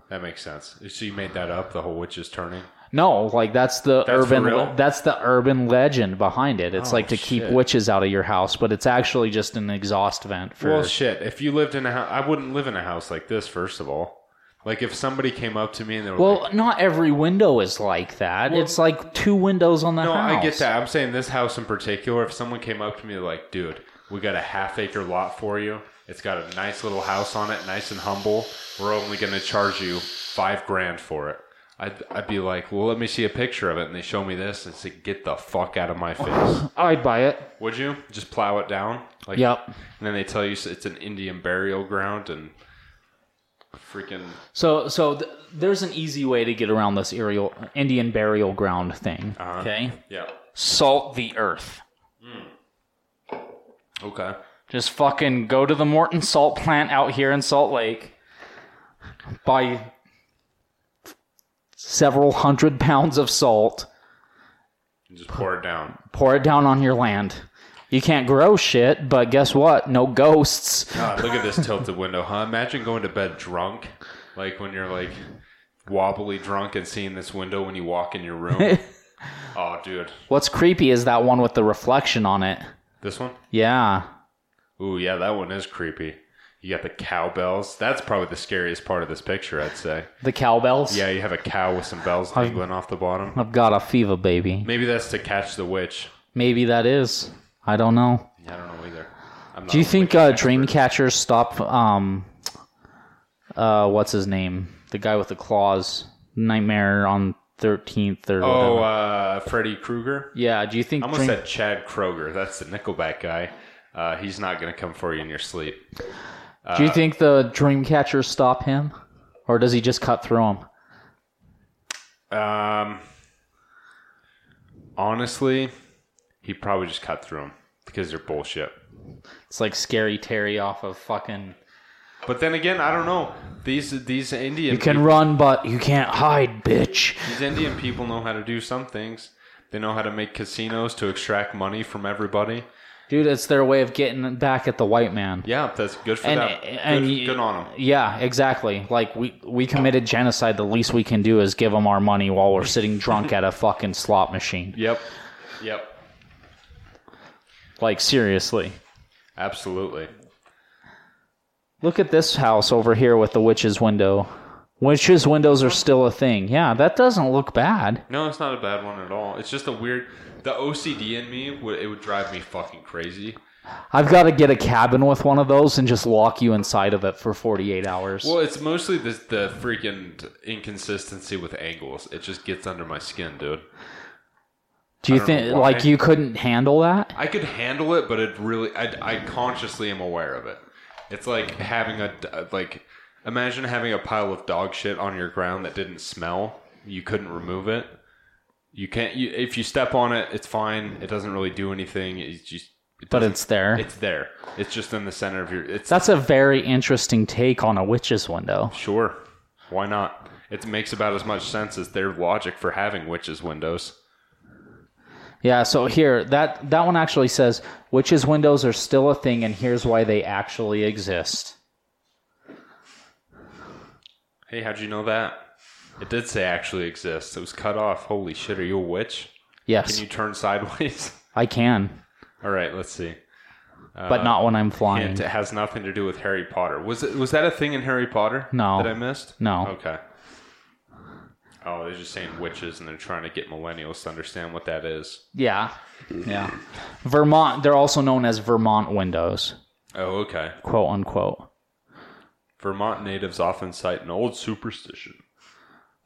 That makes sense. So you made that up? The whole witch is turning. No, like that's the urban real? that's the urban legend behind it. It's Oh, like to keep shit. witches out of your house, but it's actually just an exhaust vent for. Well, shit. If you lived in a house, I wouldn't live in a house like this. First of all, like if somebody came up to me and they were like, well, not every window is like that. it's like two windows on the "No, house. I get that." I'm saying this house in particular. If someone came up to me like, "Dude, we got a half acre lot for you. It's got a nice little house on it, nice and humble. We're only going to charge you five grand for it." I'd, I'd be like, well, let me see a picture of it. And they show me this and say, get the fuck out of my face. <laughs> I'd buy it. Would you just plow it down? Like, Yep. And then they tell you it's an Indian burial ground and freaking. So so th- there's an easy way to get around this aerial Indian burial ground thing. Uh-huh. Okay. Yeah. Salt the earth. Okay. Just fucking go to the Morton Salt plant out here in Salt Lake. Buy several hundred pounds of salt. And just pour it down. Pour it down on your land. You can't grow shit, but guess what? No ghosts. God, look at this tilted window, huh? Imagine going to bed drunk, like when you're like wobbly drunk and seeing this window when you walk in your room. oh, dude, What's creepy is that one with the reflection on it. this one. Yeah. Ooh, yeah, that one is creepy. You got the cowbells. That's probably the scariest part of this picture, I'd say. The cowbells. Yeah, you have a cow with some bells dangling off the bottom. I've got a fever, baby. Maybe that's to catch the witch. Maybe that is. I don't know. Yeah, I don't know either. I'm not Do you a think witch uh, expert. Dreamcatcher stopped? Um, uh, what's his name? The guy with the claws, Nightmare on Thirteenth or Oh, whatever. uh, Freddy Krueger. Yeah. Do you think? I almost Dream- said Chad Kroger. That's the Nickelback guy. Uh, he's not going to come for you in your sleep. Do you think the Dreamcatchers stop him, or does he just cut through him? Um, honestly, he probably just cut through them because they're bullshit. It's like Scary Terry off of fucking. But then again, I don't know. These these Indian You can run, but you can't hide, bitch. These Indian people know how to do some things. They know how to make casinos to extract money from everybody. Dude, it's their way of getting back at the white man. Yeah, that's good for And- them. and good, you- good on them. Yeah, exactly. Like we we committed genocide. The least we can do is give them our money while we're sitting drunk at a fucking slot machine. Yep, yep, Like seriously. absolutely. Look at this house over here with the witch's window. Witch's windows are still a thing. Yeah, that doesn't look bad. No, it's not a bad one at all. It's just a weird. The OCD in me would it would drive me fucking crazy. I've got to get a cabin with one of those and just lock you inside of it for 48 hours. Well, it's mostly the the freaking inconsistency with angles. It just gets under my skin, dude. Do you don't know think why. like you couldn't handle that? I could handle it, but it really, I, I consciously am aware of it. It's like having a, like, imagine having a pile of dog shit on your ground that didn't smell. You couldn't remove it. You can't, you, if you step on it, it's fine. It doesn't really do anything. It's just, it But doesn't- it's there. it's there. It's just in the center of your, it's That's a very interesting take on a witch's window. sure. Why not? It makes about as much sense as their logic for having witches' windows. Yeah, so here that that one actually says witches windows are still a thing and here's why they actually exist. Hey, how'd you know that? It did say actually exists. It was cut off. Holy shit, are you a witch? Yes, Can you turn sideways? <laughs> I can, All right, let's see. but Uh, not when I'm flying. Hint, it has nothing to do with Harry Potter. Was it? Was that a thing in Harry Potter? No. that I missed. No. Okay. Oh, they're just saying witches, and they're trying to get millennials to understand what that is. Yeah. Yeah. Vermont, they're also known as Vermont windows, Oh, okay. quote unquote. Vermont natives often cite an old superstition.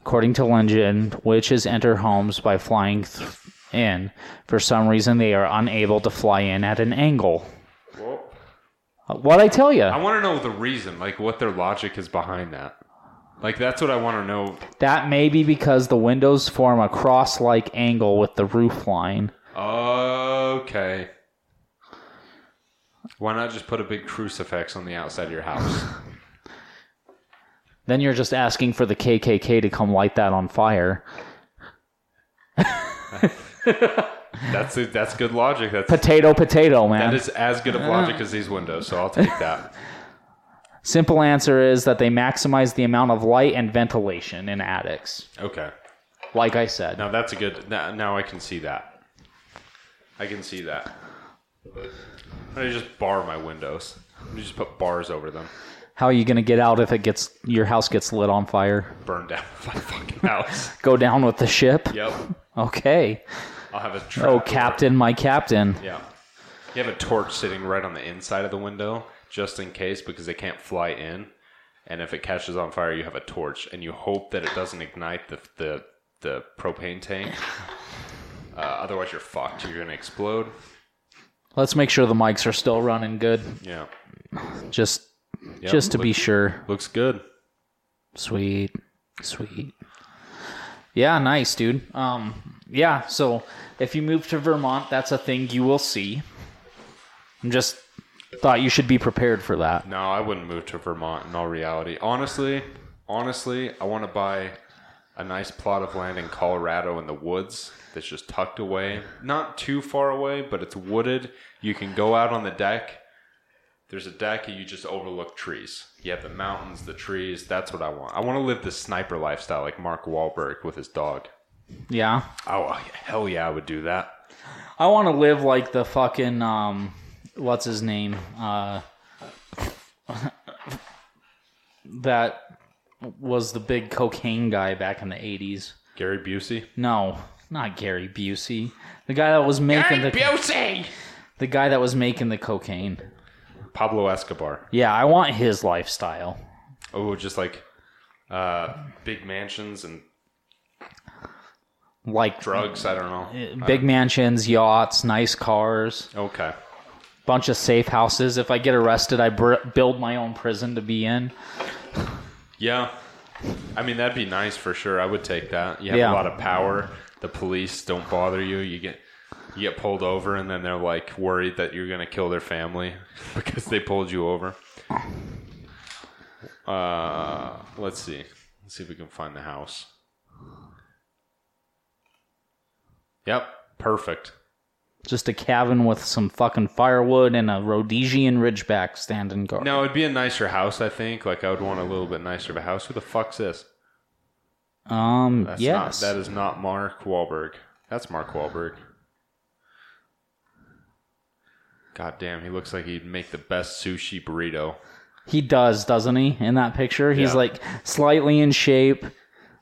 According to legend, witches enter homes by flying th- in. For some reason, they are unable to fly in at an angle. Well, What I tell you, I want to know the reason, like what their logic is behind that. Like that's what I want to know. that may be because the windows form a cross-like angle with the roof line. Okay. Why not just put a big crucifix on the outside of your house? Then you're just asking for the KKK to come light that on fire. That's that's good logic. That's Potato, potato, man. That is as good of logic as these windows, so I'll take that. Simple answer is that they maximize the amount of light and ventilation in attics. Okay. Like I said. Now that's a good. Now, now I can see that. I can see that. Why don't you just bar my windows? Why don't you just put bars over them? How are you gonna get out if it gets your house gets lit on fire? Burn down <laughs> my fucking house. Go down with the ship. Yep. Okay. I'll have a trap. Oh, captain, my captain. Yeah. You have a torch sitting right on the inside of the window, just in case, because they can't fly in. And if it catches on fire, you have a torch, and you hope that it doesn't ignite the the, the propane <laughs> tank. Uh, otherwise, you're fucked. You're gonna explode. Let's make sure the mics are still running good. Yeah. Just, Yep, just to look- be sure. looks good. Sweet, sweet. Yeah, nice, dude. Um, yeah. So if you move to Vermont, that's a thing you will see. I'm just thought you should be prepared for that. No, I wouldn't move to Vermont in all reality. Honestly, honestly, I want to buy a nice plot of land in Colorado in the woods that's just tucked away. Not too far away, but it's wooded. You can go out on the deck. There's a deck and you just overlook trees. You have the mountains, the trees. That's what I want. I want to live the sniper lifestyle like Mark Wahlberg with his dog. Yeah. Oh, hell yeah, I would do that. I want to live like the fucking um, what's his name? Uh, <laughs> that was the big cocaine guy back in the eighties. Gary Busey. No, not Gary Busey. The guy that was making the Busey! the guy that was making the cocaine. Pablo Escobar. Yeah, I want his lifestyle. Oh, just like uh, big mansions and Like drugs. I don't know. big mansions, yachts, nice cars. Okay. bunch of safe houses. If I get arrested, I br- build my own prison to be in. Yeah. I mean, that'd be nice for sure. I would take that. You have Yeah. a lot of power. The police don't bother you. You get you get pulled over, and then they're like worried that you're gonna kill their family <laughs> because they pulled you over. Uh, let's see. Let's see if we can find the house. Yep, perfect. Just a cabin with some fucking firewood and a Rhodesian Ridgeback standing guard. No, it'd be a nicer house, I think. Like I would want a little bit nicer of a house. Who the fuck's this? um, That's yes. not, that is not Mark Wahlberg. That's Mark Wahlberg. God damn, he looks like he'd make the best sushi burrito. He does, doesn't he? In that picture, he's Yeah. like slightly in shape.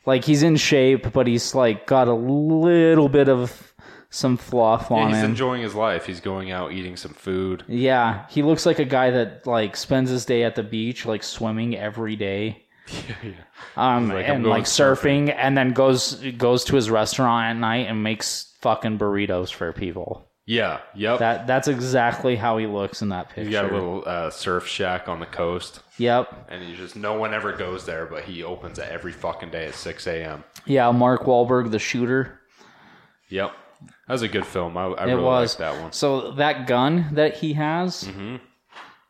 Like he's in shape, but he's like got a little bit of some fluff Yeah, on he's him. enjoying his life. He's going out eating some food. yeah, he looks like a guy that like spends his day at the beach, like swimming every day. <laughs> Um, like, "I'm and going like surfing, and then goes goes to his restaurant at night and makes fucking burritos for people. Yeah, yep. That that's exactly how he looks in that picture. he's got a little uh, surf shack on the coast, Yep. and he's just no one ever goes there, but he opens it every fucking day at six a.m. Yeah, Mark Wahlberg, the shooter. Yep, that was a good film. I, I It really liked was that one. Mm-hmm. So that gun that he has,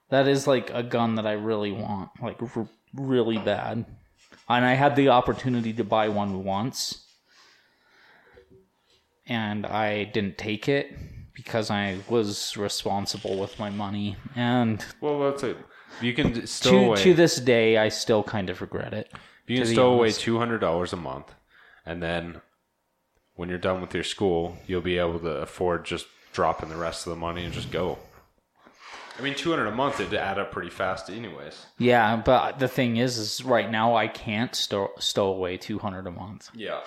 that is like a gun that I really want, like r- really bad. And I had the opportunity to buy one once, and I didn't take it because I was responsible with my money. And Well, that's it. You can still to wait. to this day, I still kind of regret it. You can be stow away honest. two hundred dollars a month, and then when you're done with your school, you'll be able to afford just dropping the rest of the money and just go. I mean, two hundred a month it'd add up pretty fast, anyways. Yeah, but the thing is, is right now I can't stow, stow away two hundred a month. Yeah,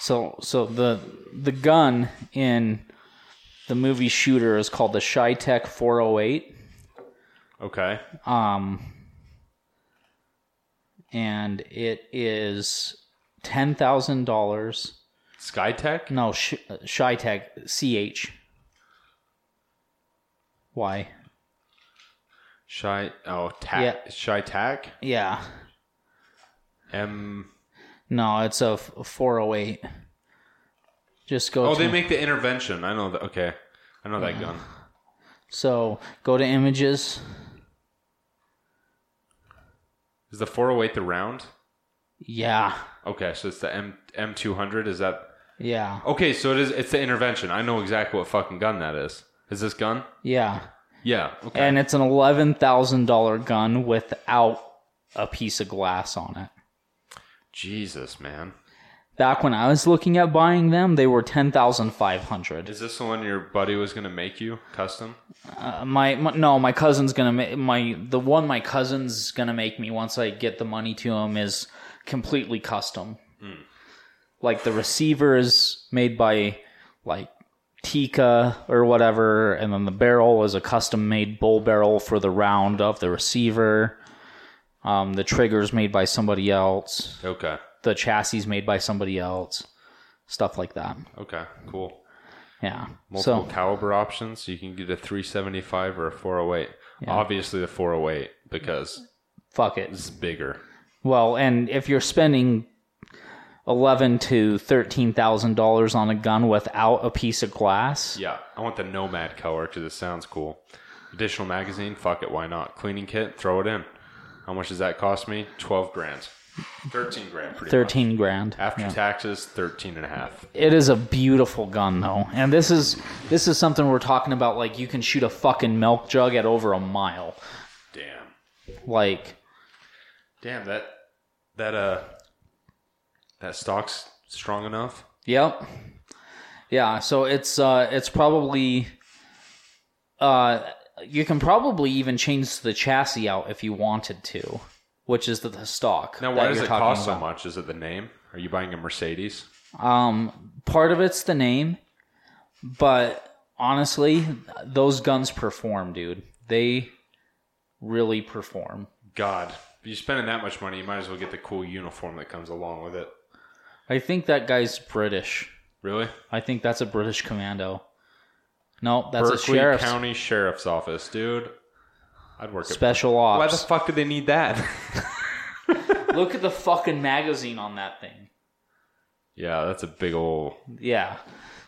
So so the the gun in the movie Shooter is called the Shy Tech 408. okay. Um and it is $10,000. SkyTech. No, Sh- Shy Tech CH. Why? Shy. Oh, tac. Shy tac. Yeah. M. No, it's a f- 408. Just go Oh, to they make the intervention. I know that. Okay, I know that gun. So, go to images. Is the four hundred eight the round? Yeah. Okay, so it's the M M two hundred. Is that Yeah. okay? So it is. It's the intervention. I know exactly what fucking gun that is. Is this gun? Yeah. Yeah. Okay. and it's an eleven thousand dollar gun without a piece of glass on it. Jesus, man. Back when I was looking at buying them, they were ten thousand five hundred. Is this the one your buddy was gonna make you custom? Uh, my, my no, my cousin's gonna make my the one my cousin's gonna make me once I get the money to him is completely custom. Like the receiver is made by like Tika or whatever, and then the barrel is a custom made bull barrel for the round of the receiver. Um, the trigger's made by somebody else. Okay. the chassis is made by somebody else, stuff like that. Okay. Cool. Yeah. Multiple So caliber options. So you can get a 375 or a 408. Obviously the 408 because fuck it. it's bigger. Well, and if you're spending eleven to thirteen thousand dollars on a gun without a piece of glass, Yeah. I want the Nomad color because it sounds cool. Additional magazine. Fuck it. Why not? Cleaning kit. Throw it in. How much does that cost me? 12 grand. 13 grand. Pretty Much. thirteen grand. After taxes, 13 and a half. It is a beautiful gun though, and this is this is something we're talking about. Like you can shoot a fucking milk jug at over a mile. Damn. Like Damn that. That uh. That stock's strong enough. Yep. Yeah, so it's uh it's probably uh you can probably even change the chassis out if you wanted to, which is the, the stock. Now, that why does you're it talking cost so about. much? Is it the name? Are you buying a Mercedes? Um part of it's the name, but honestly, those guns perform, dude. They really perform. God, if you're spending that much money, you might as well get the cool uniform that comes along with it. I think that guy's British. Really? I think that's a British commando. No, that's a Berkeley sheriff's County Sheriff's Office, dude. I'd work at. special Why the ops. fuck do they need that? <laughs> Look at the fucking magazine on that thing. yeah, that's a big old. Yeah.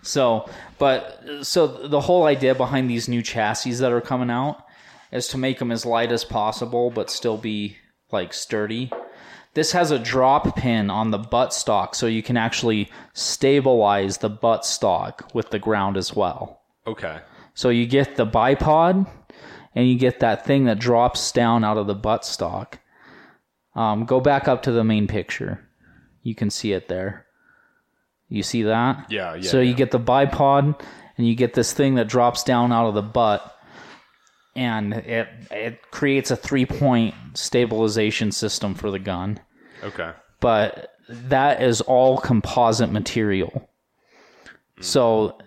So, but so the whole idea behind these new chassis that are coming out is to make them as light as possible, but still be like sturdy. This has a drop pin on the buttstock, so you can actually stabilize the buttstock with the ground as well. Okay. So you get the bipod, and you get that thing that drops down out of the buttstock. Um, go back up to the main picture. You can see it there. You see that? Yeah, yeah. so you get the bipod and you get this thing that drops down out of the butt and it it creates a three point stabilization system for the gun okay. but that is all composite material so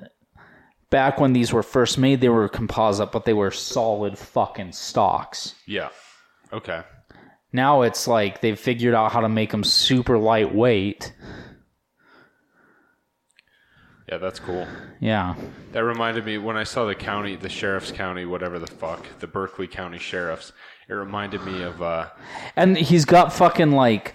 back when these were first made they were composite but they were solid fucking stocks Yeah. Okay. now it's like they've figured out how to make them super lightweight Yeah, that's cool. yeah That reminded me when I saw the county, the sheriff's county, whatever the fuck, the Berkeley County Sheriff's. It reminded me of uh, And he's got fucking like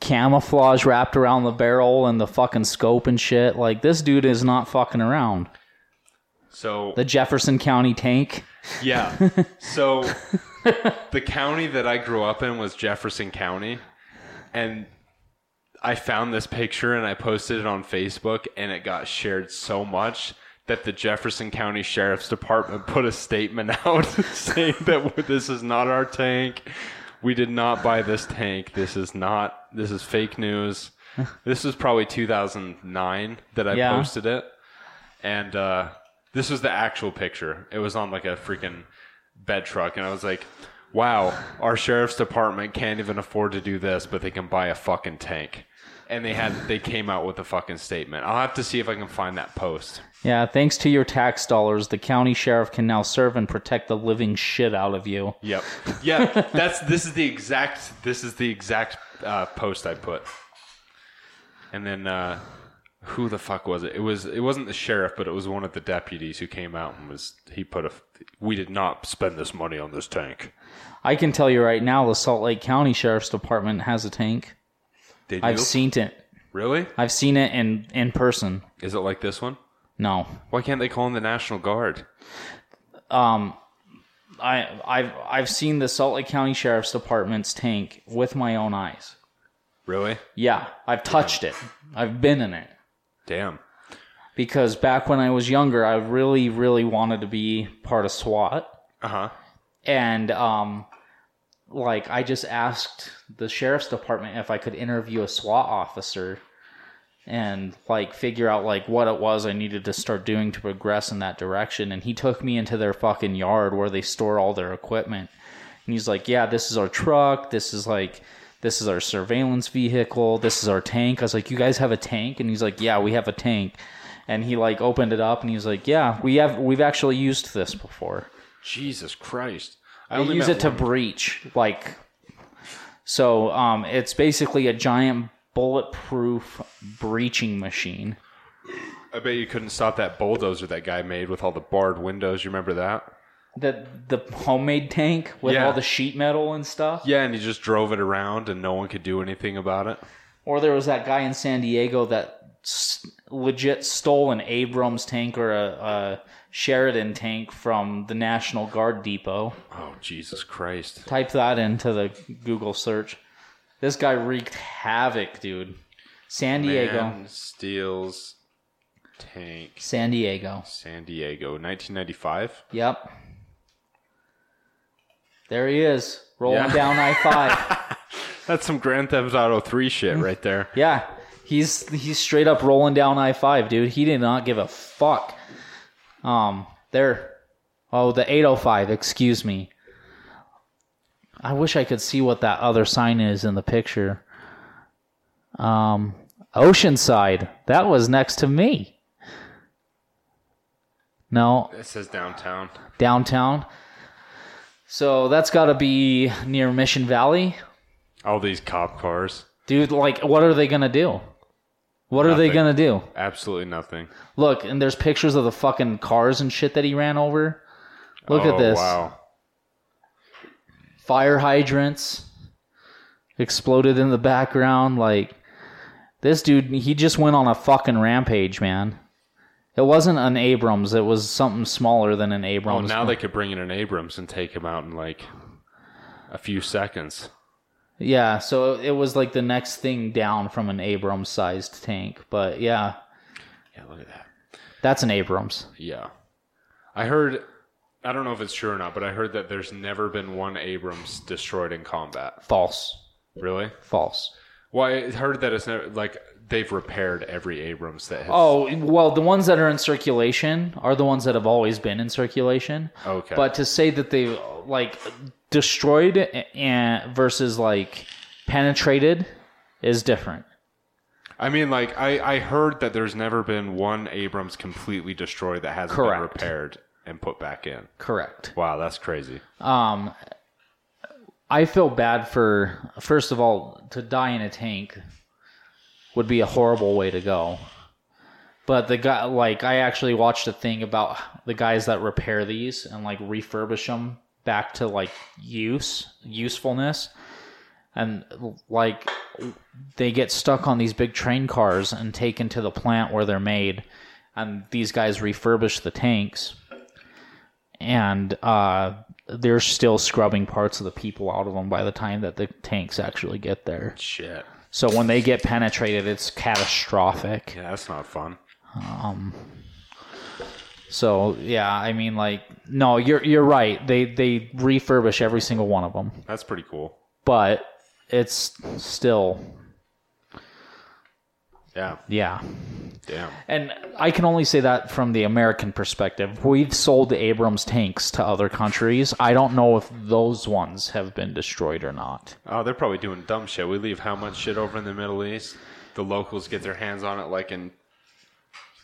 camouflage wrapped around the barrel and the fucking scope and shit. Like this dude is not fucking around. so The Jefferson County tank. yeah. So the county that I grew up in was Jefferson County, and I found this picture and I posted it on Facebook, and it got shared so much that the Jefferson County Sheriff's Department put a statement <laughs> out saying that this is not our tank. We did not buy this tank. This is not. This is fake news. This was probably 2009 that I Yeah. posted it, and uh, this was the actual picture. It was on like a freaking bed truck, and I was like, "Wow, our sheriff's department can't even afford to do this, but they can buy a fucking tank." And they had they came out with a fucking statement. I'll have to see if I can find that post. Yeah, thanks to your tax dollars, the county sheriff can now serve and protect the living shit out of you. Yep. Yeah, that's this is the exact this is the exact uh, post I put. And then uh, who the fuck was it? It was it wasn't the sheriff, but it was one of the deputies who came out and was he put a we did not spend this money on this tank. I can tell you right now, the Salt Lake County Sheriff's Department has a tank. Did I've seen it. really? I've seen it in in person. Is it like this one? No, Why can't they call him the National Guard? I I've I've seen the Salt Lake County Sheriff's Department's tank with my own eyes. Really? Yeah, I've touched it. I've been in it Damn. because back when I was younger, I really, really wanted to be part of SWAT, Uh huh. and um, like I just asked the sheriff's department if I could interview a SWAT officer and like figure out like what it was I needed to start doing to progress in that direction. And he took me into their fucking yard where they store all their equipment. And he's like, Yeah, this is our truck. This is like, this is our surveillance vehicle. This is our tank. I was like, You guys have a tank? And he's like, Yeah, we have a tank. And he like opened it up and he was like, Yeah, we have, we've actually used this before. Jesus Christ. I They only use met it to one- breach. Like, so um, it's basically a giant bulletproof breaching machine. I bet you couldn't stop that bulldozer that guy made with all the barred windows. You remember that? the the homemade tank with Yeah. all the sheet metal and stuff. Yeah, and he just drove it around, and no one could do anything about it. Or there was that guy in San Diego that s- legit stole an Abrams tank or a, a Sheridan tank from the National Guard depot. Oh Jesus Christ! Type that into the Google search. This guy wreaked havoc, dude. San Diego, Man steals tank. San Diego. San Diego, 1995. Yep. There he is, rolling Yeah. down I five. That's some Grand Theft Auto 3 shit right there. Yeah, he's he's straight up rolling down I five, dude. He did not give a fuck. Um, there. Oh, the eight oh five. Excuse me. I wish I could see what that other sign is in the picture. Um, Oceanside. That was next to me. No, It says downtown. downtown. So that's got to be near Mission Valley, All these cop cars. dude. Like, what are they gonna do? What are they Nothing. gonna do? Absolutely nothing. Look, and there's pictures of the fucking cars and shit that he ran over. Look Oh, at this. Wow. Fire hydrants exploded in the background. Like, this dude, he just went on a fucking rampage, man. It wasn't an Abrams. It was something smaller than an Oh, Abrams. now they could bring in an Abrams and take him out in like a few seconds. yeah, so it was like the next thing down from an Abrams sized tank. But yeah, Yeah, look at that. that's an Abrams. Yeah. I heard, I don't know if it's true or not, but I heard that there's never been one Abrams destroyed in combat. False. Really? False. Well, I heard that it's never, like, they've repaired every Abrams that has. Oh, well, the ones that are in circulation are the ones that have always been in circulation. okay. But to say that they like destroyed and versus like penetrated is different. I mean, like, I, I heard that there's never been one Abrams completely destroyed that hasn't been Correct. repaired and put back in. Correct. Wow, that's crazy. Um I feel bad for first of all to die in a tank would be a horrible way to go. But the guy like I actually watched a thing about the guys that repair these and like refurbish them back to like use, usefulness. And like they get stuck on these big train cars and taken to the plant where they're made and these guys refurbish the tanks and uh, they're still scrubbing parts of the people out of them by the time that the tanks actually get there. Shit. So when they get penetrated, it's catastrophic. Yeah, that's not fun. So yeah, I mean, like, no, you're you're right. They they refurbish every single one of them, That's pretty cool. but it's still Yeah. yeah. Damn. And I can only say that from the American perspective. We've sold the Abrams tanks to other countries. I don't know if those ones have been destroyed or not. Oh, they're probably doing dumb shit. We leave how much shit over in the Middle East? The locals get their hands on it like in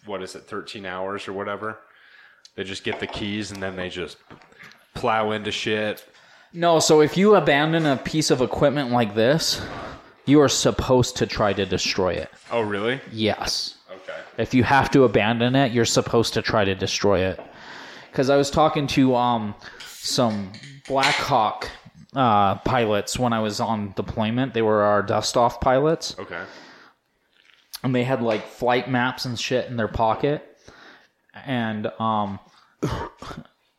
what is it, thirteen hours or whatever. They just get the keys and then they just plow into shit. No, so if you abandon a piece of equipment like this, you are supposed to try to destroy it. Oh, really? Yes. Okay. If you have to abandon it, you're supposed to try to destroy it. Because I was talking to um, some Black Hawk uh, pilots when I was on deployment. They were our dust off pilots Okay. and they had like flight maps and shit in their pocket and um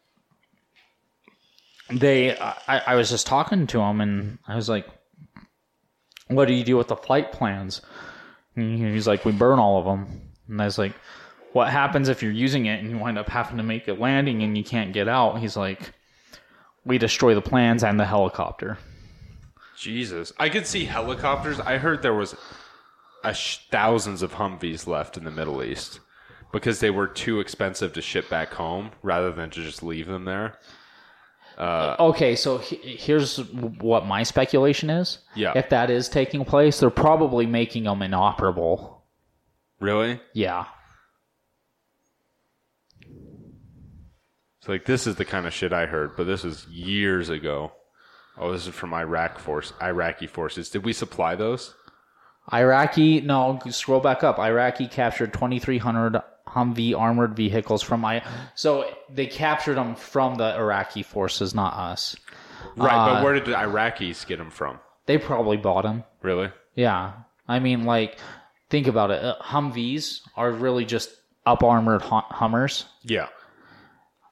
<laughs> they I, I was just talking to him and i was like what do you do with the flight plans and he- he's like we burn all of them and i was like what happens if you're using it and you wind up having to make a landing and you can't get out he's like we destroy the plans and the helicopter Jesus, I could see helicopters. I heard there was a sh- thousands of Humvees left in the Middle East because they were too expensive to ship back home rather than to just leave them there. Okay, so he- here's what my speculation is. Yeah. If that is taking place, they're probably making them inoperable. Really? Yeah. It's like this is the kind of shit I heard, but this is years ago. Oh, this is from Iraq force, Iraqi forces. Did we supply those? Iraqi, no, scroll back up. Iraqi captured 2,300 Humvee armored vehicles from I. So they captured them from the Iraqi forces, not us. Right, but where did the Iraqis get them from? They probably bought them. Really? Yeah. I mean, like, think about it. Uh, Humvees are really just up armored hum- Hummers. Yeah.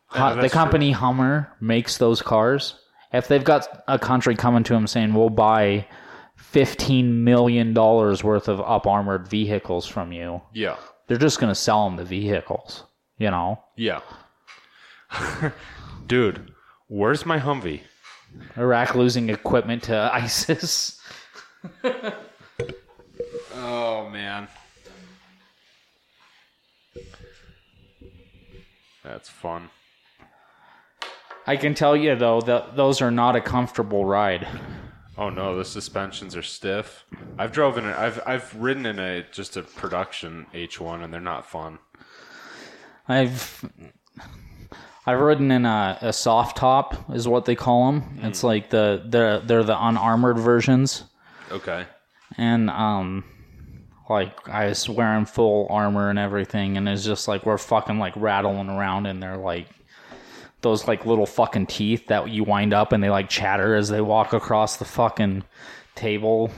Hu- the that's true. company Hummer makes those cars. If they've got a country coming to them saying, "We'll buy fifteen million dollars worth of up armored vehicles from you," Yeah. they're just going to sell them the vehicles. You know, Yeah. <laughs> Dude, where's my Humvee? Iraq losing equipment to <laughs> ISIS. Oh man. That's fun. I can tell you though that those are not a comfortable ride. Oh no, the suspensions are stiff. I've drove in a, I've I've ridden in a just a production H1 and they're not fun. I've I've ridden in a, a soft top is what they call them. Mm. It's like the they're they're the unarmored versions. Okay. and um Like I was wearing full armor and everything, and it's just like we're fucking like rattling around in there like those like little fucking teeth that you wind up and they like chatter as they walk across the fucking table.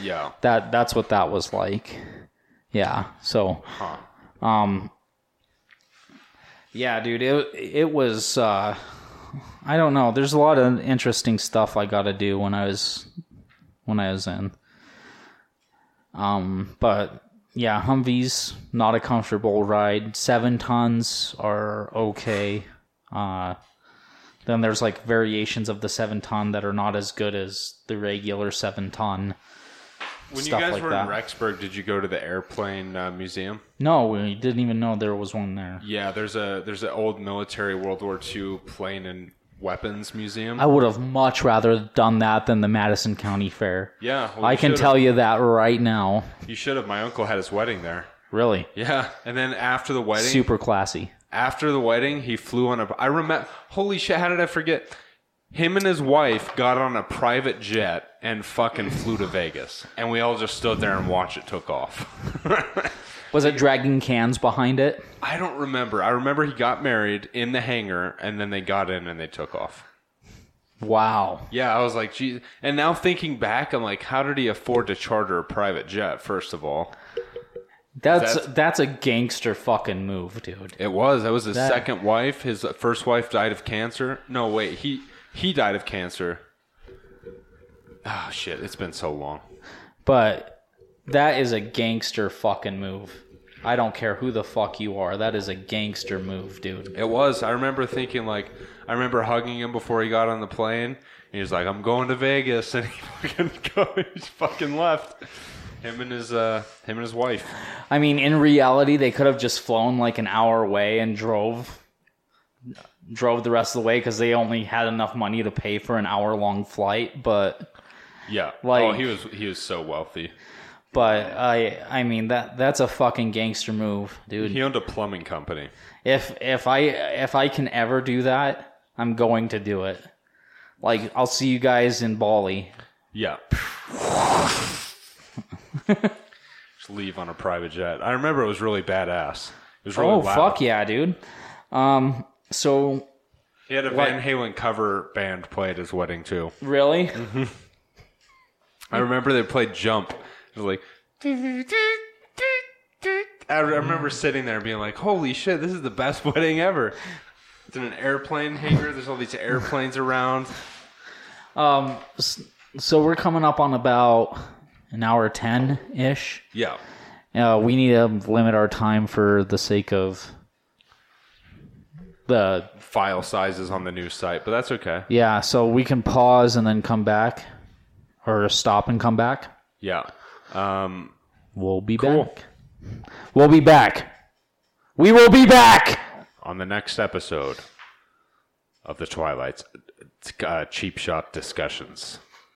Yeah. that that's what that was like. Yeah. So Huh. um Yeah, dude, it it was uh I don't know. There's a lot of interesting stuff I got to do when I was when I was in. Um but yeah, Humvees not a comfortable ride. 7 tons are okay. Uh then there's like variations of the 7 ton that are not as good as the regular 7 ton. When you Stuff guys like were that. in Rexburg, did you go to the airplane uh, museum? No, we didn't even know there was one there. Yeah, there's a there's an old military World War II plane and weapons museum. I would have much rather done that than the Madison County Fair. yeah, well, I you can should've. tell you that right now. You should have. My uncle had his wedding there. Really. Yeah, and then after the wedding, Super classy. after the wedding, he flew on a. I remember. Holy shit! How did I forget? Him and his wife got on a private jet and fucking flew to Vegas, and we all just stood there and watched it took off. <laughs> Was it dragging cans behind it? I don't remember. I remember he got married in the hangar, and then they got in and they took off. Wow. Yeah, I was like, geez. And now thinking back, I'm like, how did he afford to charter a private jet? First of all, That's that's, That's- a gangster fucking move, dude. it was that was his second wife. His first wife died of cancer. No, wait, he he died of cancer. Oh shit, it's been so long. But that is a gangster fucking move. I don't care who the fuck you are. That is a gangster move, dude. It was. I remember thinking like I remember hugging him before he got on the plane. And he was like, "I'm going to Vegas," <laughs> and he fucking go, he fucking left. Him and his uh, him and his wife. I mean, in reality, they could have just flown like an hour away and drove drove the rest of the way because they only had enough money to pay for an hour long flight, but Yeah. Like- oh, he was he was so wealthy. But I I mean that that's a fucking gangster move, dude. He owned a plumbing company. If if I if I can ever do that, I'm going to do it. Like I'll see you guys in Bali. <laughs> Yeah. Just leave on a private jet. I remember it was really badass. It was really oh loud. fuck yeah, dude. Um so He had a Van Halen cover band play at his wedding too. really? I remember they played Jump. It was like. I re- I remember sitting there being like, "Holy shit, this is the best <laughs> wedding ever." It's in an airplane hangar. There's all these airplanes around. Um s- so we're coming up on about an hour 10 ish. Yeah, Uh, we need to limit our time for the sake of the file sizes on the new site, but that's okay. Yeah, so we can pause and then come back, or stop and come back. Yeah. Um, We'll be back. We'll be back. We will be back. on the next episode of the Twilight's uh, cheap shot discussions.